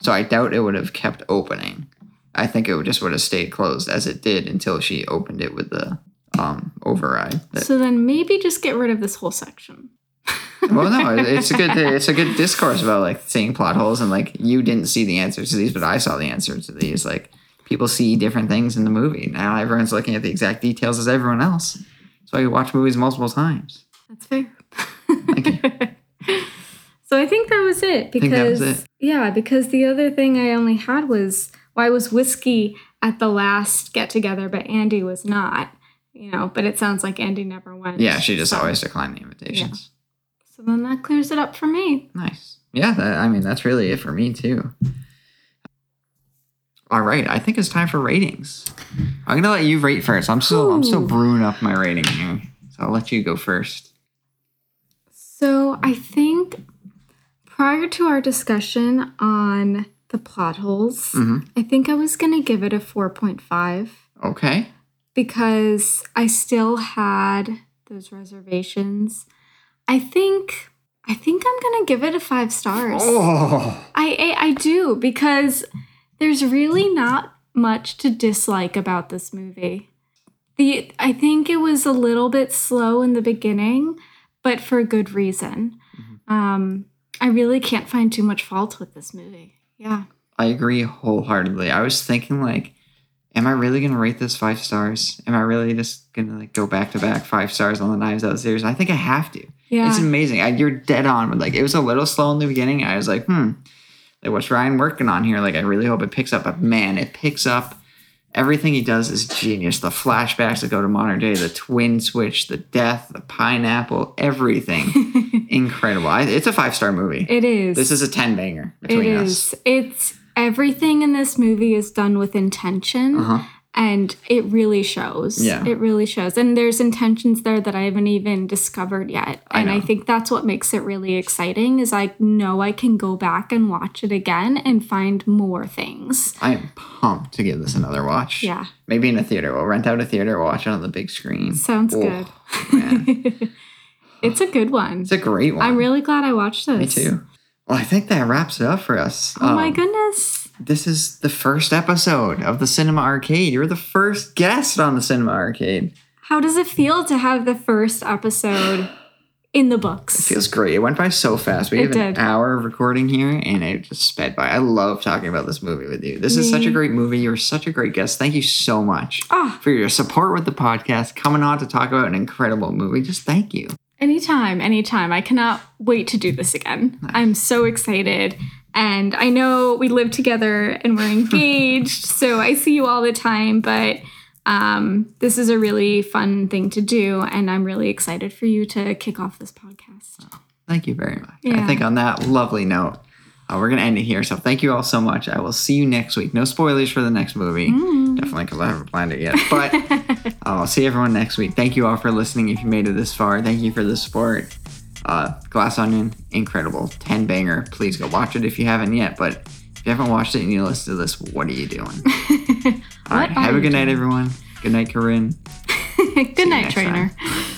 [SPEAKER 1] so I doubt it would have kept opening. I think it would just would have stayed closed as it did until she opened it with the um, override. That-
[SPEAKER 2] so then maybe just get rid of this whole section.
[SPEAKER 1] well, no, it- it's a good it's a good discourse about like seeing plot holes and like you didn't see the answers to these, but I saw the answers to these. Like people see different things in the movie. Now everyone's looking at the exact details as everyone else. So I watch movies multiple times.
[SPEAKER 2] That's fair. so I think that was it because
[SPEAKER 1] think that was it.
[SPEAKER 2] yeah, because the other thing I only had was why was whiskey at the last get together, but Andy was not. You know, but it sounds like Andy never went.
[SPEAKER 1] Yeah, she just
[SPEAKER 2] so,
[SPEAKER 1] always declined the invitations.
[SPEAKER 2] So then that clears it up for me.
[SPEAKER 1] Nice. Yeah, that, I mean that's really it for me too. All right, I think it's time for ratings. I'm gonna let you rate first. I'm still I'm still
[SPEAKER 2] Ooh.
[SPEAKER 1] brewing up my rating here, so I'll let you go first.
[SPEAKER 2] So I think prior to our discussion on the plot holes,
[SPEAKER 1] Mhm.
[SPEAKER 2] I think I was going to give it a 4.5
[SPEAKER 1] Okay.
[SPEAKER 2] because I still had those reservations. I think I think I'm going to give it a 5 stars.
[SPEAKER 1] Oh,
[SPEAKER 2] I, I I do because there's really not much to dislike about this movie. The I think it was a little bit slow in the beginning, but for a good reason.
[SPEAKER 1] Mm-hmm.
[SPEAKER 2] Um, I really can't find too much fault with this movie. Yeah,
[SPEAKER 1] I agree wholeheartedly. I was thinking like, am I really gonna rate this five stars? Am I really just gonna like go back to back five stars on the Knives Out series? I think I have to.
[SPEAKER 2] yeah,
[SPEAKER 1] It's amazing. I, you're dead on with like it was a little slow in the beginning. I was like, hmm, like what's Ryan working on here? Like I really hope it picks up. But man, it picks up. Everything he does is genius. The flashbacks that go to modern day, the twin switch, the death, the pineapple, everything. Incredible. I, it's a five star movie.
[SPEAKER 2] it is.
[SPEAKER 1] this is a ten banger
[SPEAKER 2] it
[SPEAKER 1] between us.
[SPEAKER 2] is. It's everything in this movie is done with intention.
[SPEAKER 1] Uh huh.
[SPEAKER 2] and it really shows.
[SPEAKER 1] Yeah.
[SPEAKER 2] It really shows. And there's intentions there that I haven't even discovered yet.
[SPEAKER 1] I
[SPEAKER 2] And I,
[SPEAKER 1] know.
[SPEAKER 2] think that's what makes it really exciting is I know I can go back and watch it again and find more things.
[SPEAKER 1] I am pumped to give this another watch.
[SPEAKER 2] Yeah.
[SPEAKER 1] Maybe in a theater. We'll rent out a theater, we'll watch it on the big screen.
[SPEAKER 2] Sounds
[SPEAKER 1] Oh,
[SPEAKER 2] good.
[SPEAKER 1] man.
[SPEAKER 2] it's a good one.
[SPEAKER 1] It's a great one.
[SPEAKER 2] I'm really glad I watched
[SPEAKER 1] Me
[SPEAKER 2] this.
[SPEAKER 1] too. Well, I think that wraps it up for us.
[SPEAKER 2] Oh my
[SPEAKER 1] Um,
[SPEAKER 2] goodness.
[SPEAKER 1] This is the first episode of the Cinema Arcade. You're the first guest on the Cinema Arcade.
[SPEAKER 2] How does it feel to have the first episode in the books?
[SPEAKER 1] Feels great. It went by so fast. We
[SPEAKER 2] It
[SPEAKER 1] have an
[SPEAKER 2] did.
[SPEAKER 1] hour of recording here and it just sped by. I love talking about this movie with you. This is such a
[SPEAKER 2] Me.
[SPEAKER 1] great movie. You're such a great guest. Thank you so much
[SPEAKER 2] Ah,
[SPEAKER 1] for your support with the podcast, coming on to talk about an incredible movie. Just thank you.
[SPEAKER 2] Anytime, anytime. I cannot wait to do this again. I'm so excited. And I know we live together and we're engaged, so I see you all the time, but um, this is a really fun thing to do. And I'm really excited for you to kick off this podcast.
[SPEAKER 1] Thank you very much. I
[SPEAKER 2] Yeah.
[SPEAKER 1] think on that lovely note, uh, we're going to end it here. So thank you all so much. I will see you next week. No spoilers for the next movie.
[SPEAKER 2] Mm.
[SPEAKER 1] Definitely because I haven't planned it yet. But I'll see everyone next week. Thank you all for listening. If you made it this far, thank you for the support. Uh, Glass Onion, incredible. 10 banger. Please go watch it if you haven't yet. But if you haven't watched it and you listen to this, what are you doing? all right.
[SPEAKER 2] are
[SPEAKER 1] Have a
[SPEAKER 2] you
[SPEAKER 1] good night, everyone. Good night, Corinne.
[SPEAKER 2] Good
[SPEAKER 1] next
[SPEAKER 2] night,
[SPEAKER 1] time.
[SPEAKER 2] trainer.